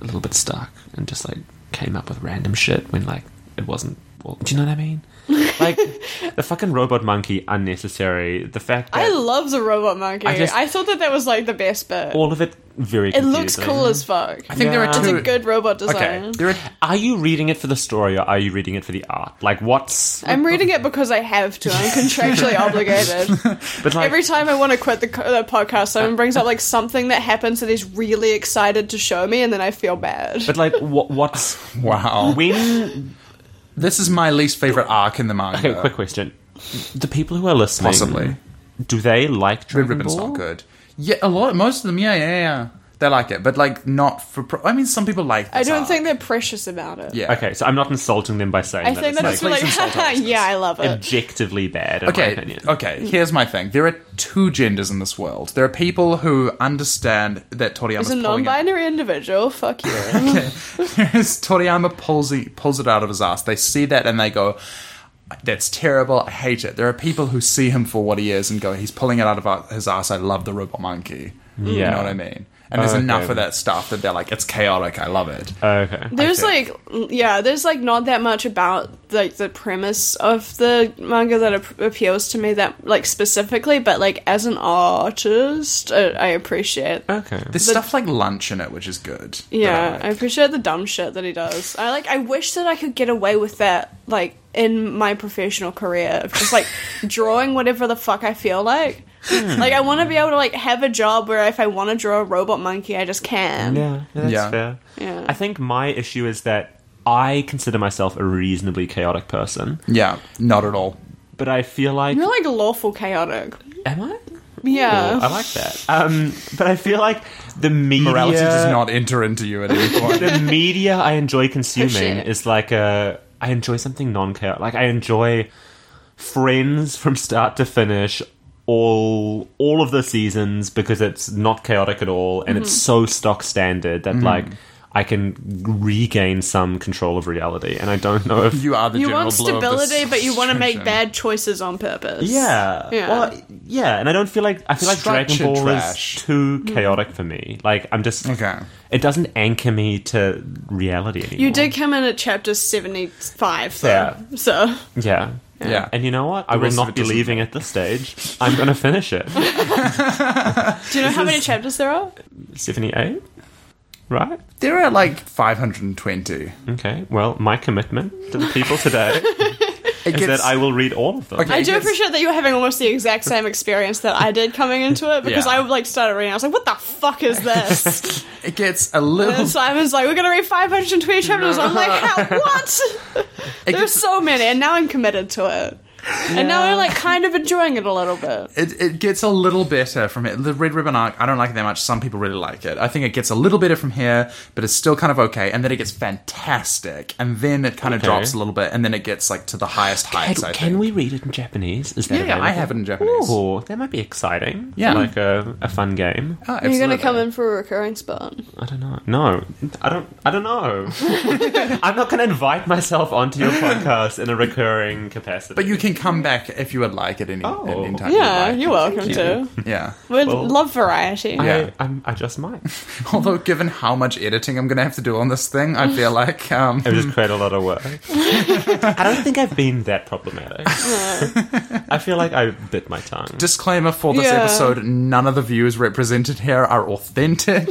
a little bit stuck and just like came up with random shit when like it wasn't. Well, do you know what I mean? Like the fucking robot monkey unnecessary. The fact that
I love the robot monkey.
I
I,
just-
thought that that was like the best bit.
all of it very.
it looks
confusing.
cool as fuck.
I think there
Yeah.
are two.
It's
it's a good robot design.
okay. There are
Are you reading it for the story or are you reading it for the art? Like what's
I'm reading it because I have to. I'm contractually obligated.
but like
Every time I want to quit the, co- the podcast, someone brings up like something that happens that he's really excited to show me, and then I feel bad.
but like what what's
Wow.
when
This is my least favorite arc in the manga.
Okay, quick question. The people who are listening,
Possibly.
do they like
Red
Dragon
Ribbon's
Ball?
not good. Yeah, a lot. Most of them. Yeah, yeah, yeah. They like it, but like not for. Pro- I mean, some people like. This
I don't
arc.
think they're precious about it.
Yeah.
Okay, so I'm not insulting them by saying
I
that
think
it's
that's
like
like,
Please insult us.
yeah, I love it.
objectively bad. In my
Okay,
opinion.
okay. Here's my thing. There are two genders in this world. There are people who understand that Toriyama's
As a
pulling it.
non-binary individual, fuck you.
There's Toriyama pulls it, pulls it out of his ass. They see that and they go, "That's terrible. I hate it." There are people who see him for what he is and go, "He's pulling it out of our- his ass. I love the robot monkey." You
Yeah.
know what I mean? And there's
Okay.
enough of that stuff that they're like, "It's chaotic. I love it."
Okay.
There's
I see.
like, yeah, there's like not that much about like the premise of the manga that ap- appeals to me that like specifically, but like as an artist, I, I appreciate.
okay.
There's stuff like lunch in it, which is good. that I
Yeah,
like.
I appreciate the dumb shit that he does. I like. I wish that I could get away with that, like in my professional career of just like drawing whatever the fuck I feel like.
Hmm.
like I want to be able to like have a job where if I want to draw a robot monkey, I just can.
yeah, no, that's
Yeah.
fair.
Yeah.
I think my issue is that I consider myself a reasonably chaotic person,
yeah, not at all.
but I feel like
You're like lawful chaotic.
am I? Oh,
Yeah.
I like that. Um, but I feel like the media
Morality does not enter into you at any point.
the media I enjoy consuming
Shit.
is like a I enjoy something non-chaotic. Like I enjoy Friends from start to finish, all all of the seasons because it's not chaotic at all, and
Mm-hmm.
it's so stock standard
Mm-hmm.
that like I can regain some control of reality. And I don't know if
you are the
you
general
want
blow of this
stability, but you want to make
situation.
bad choices on purpose.
Yeah.
Yeah.
Well, yeah, and I don't feel like I feel like Dragon
Structured
Ball
trash.
is too
Mm-hmm.
chaotic for me. Like I'm just
Okay.
It doesn't anchor me to reality anymore.
You did come in at chapter 75, though.
Yeah.
So,
Yeah.
Yeah.
And you know what? I will
rest of
not
it
be
doesn't
leaving at this stage. I'm going to finish it.
do you know how many chapters there are?
78? Right?
There are like 520.
Okay. Well, my commitment to the people today
It
is that I will read all of them.
Okay.
I do
it's-
appreciate that you're having almost the exact same experience that I did coming into it because
Yeah.
I like started reading. I was like, "What the fuck is this?"
it gets a little.
And Simon's like, "We're gonna read 520 chapters." I'm like, How, "What?"
it
There's
gets-
so many, and now I'm committed to it, and now I'm like kind of enjoying it a little bit.
it, it gets a little better from it. The Red Ribbon arc, I don't like it that much. Some people really like it. I think it gets a little better from here, but it's still kind of okay. And then it gets fantastic, and then it kind of
Okay.
drops a little bit, and then it gets like to the highest heights.
Can,
I
can
think.
we read it in Japanese? Is that
Yeah, yeah, I
available?
have it in Japanese. Oh,
Ooh, that might be exciting.
Yeah.
Like a, a fun game.
Ah,
You're gonna
absolutely.
come in for a recurring spot.
I don't know. No, I don't. I don't know. I'm not going to invite myself onto your podcast in a recurring capacity.
but you can come back if you would like at any,
Oh.
at any time.
Yeah,
you'd like.
you're welcome
you.
to.
Yeah.
We
Well-
love variety.
I,
Yeah.
I'm, I just might.
Although, given how much editing I'm going to have to do on this thing, I feel like um,
It would
Hmm.
just create a lot of work. I don't think I've been that problematic. I feel like I bit my tongue.
Disclaimer for this
Yeah.
episode: none of the views represented here are authentic.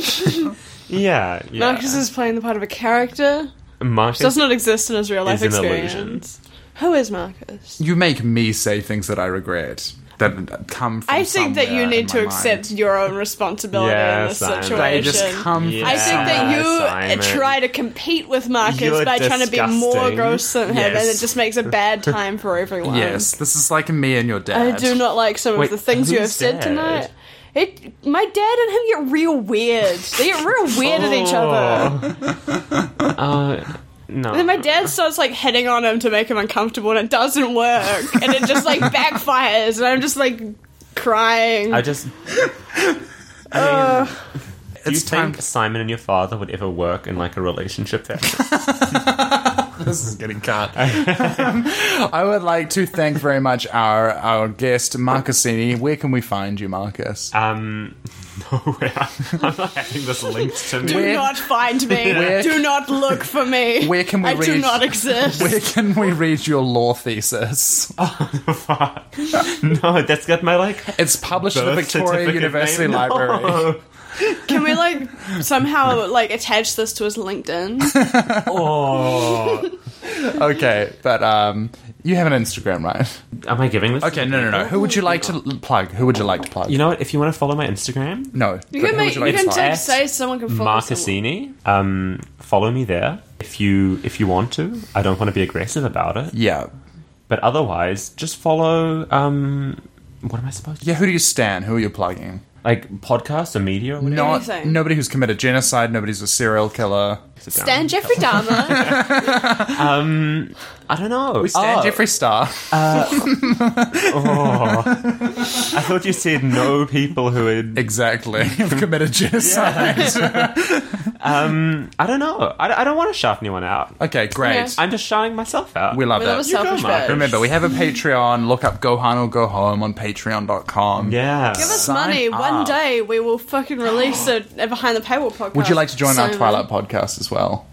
Yeah, yeah.
Marcus is playing the part of a character
Marcus
does not exist in his real life
is an
experience.
illusion.
Who is Marcus?
you make me say things that I regret that come. From
I think that
somewhere
you
in
need to
my
accept
mind.
your own responsibility
Yeah,
in this
Simon.
situation.
They just come.
Yeah.
I think that you
Simon.
try to compete with Marcus
You're
by trying to be more
disgusting.
gross than him, and
Yes.
it just makes a bad time for everyone.
From, yes, this is like me and your dad.
I do not like some
Wait,
of the things you have
who's
said
dad?
tonight. It, my dad and him get real weird. They get real weird at each
Oh.
other.
Uh, no.
Then my dad starts like hitting on him to make him uncomfortable, and it doesn't work, and it just like backfires, and I'm just like crying.
I just. I mean, do you
It's time-
think Simon and your father would ever work in like a relationship? That
this is getting cut. Um, I would like to thank very much our our guest Marcusini. Where can we find you, Marcus?
um, nowhere. I'm not having this linked to me.
do
where-
not find me.
Where-
Do not look for me.
Where can we
I do
reach-
not exist.
Where can we read your law thesis?
Fuck. no, that's got my like
It's published in the
birth
Victoria
certificate
University
name.
Library.
No.
Can we like somehow like attach this to his LinkedIn?
Oh,
Okay, but um, you have an Instagram, right?
am I giving this?
Okay, no, no, no. Who would you like to l- plug? Who would you like to plug?
You know what? If you want to follow my Instagram,
no.
You
but who would
can make. You,
like to
can
plug?
take,
At
say someone can follow. someone.
Marcusini, um, follow me there if you if you want to. I don't want to be aggressive about it,
Yeah,
but otherwise, just follow. Um, what am I supposed to?
yeah. Who do you stand? Who are you plugging?
Like podcasts or media? Or whatever?
Not
Anything.
nobody who's committed genocide. Nobody's a serial killer.
Stan Jeffrey Dahmer.
I don't know.
We stand
Oh,
Jeffree Star.
I thought you said no people who had
Exactly. Have committed genocide.
um, I don't know. I, I don't want to shout anyone out.
Okay, great.
Yeah.
I'm just shouting myself out.
We love
Well,
that.
that was selfish.
go, Mark.
bitch.
Remember, we have a Patreon. Look up Gohan or Go Home on patreon.com.
yeah.
Give us
Sign
money. One
up.
day we will fucking release a, a behind the paywall podcast.
Would you like to join our
Simon.
Twilight podcast as well?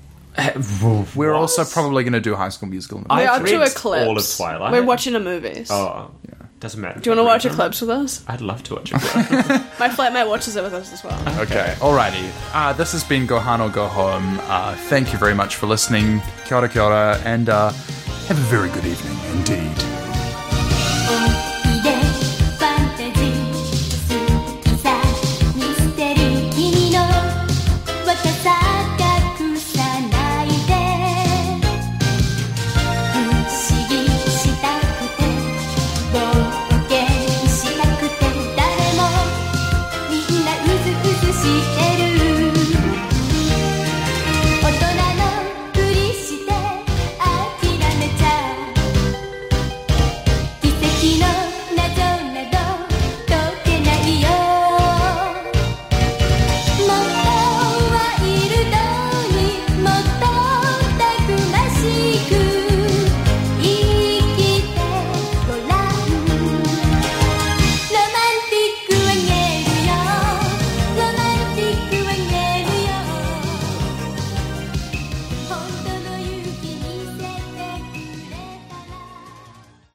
We're also probably going to do High School Musical.
We're
I
up to a
dreamt
clip.
all of Twilight.
We're watching a movies.
Oh, doesn't matter.
Do you want to watch a clips with us?
I'd love to watch a clip.
My flatmate watches it with us as well.
Okay, alrighty. Uh, this has been Gohan or Go Home. Uh, thank you very much for listening. Kia ora, kia ora, and uh, have a very good evening indeed.
「ファンタジー」「好きさミステリー」「君の若さ隠さないで」「不思議したくて冒険したくて」「誰もみんなうずうずしてる」「大人のふりして諦めちゃう」「奇跡の謎など解けないよ」「もっとワイルドにもっとたくましく生きてごらん」「ロマンティックはげるよロマンティックはげるよ」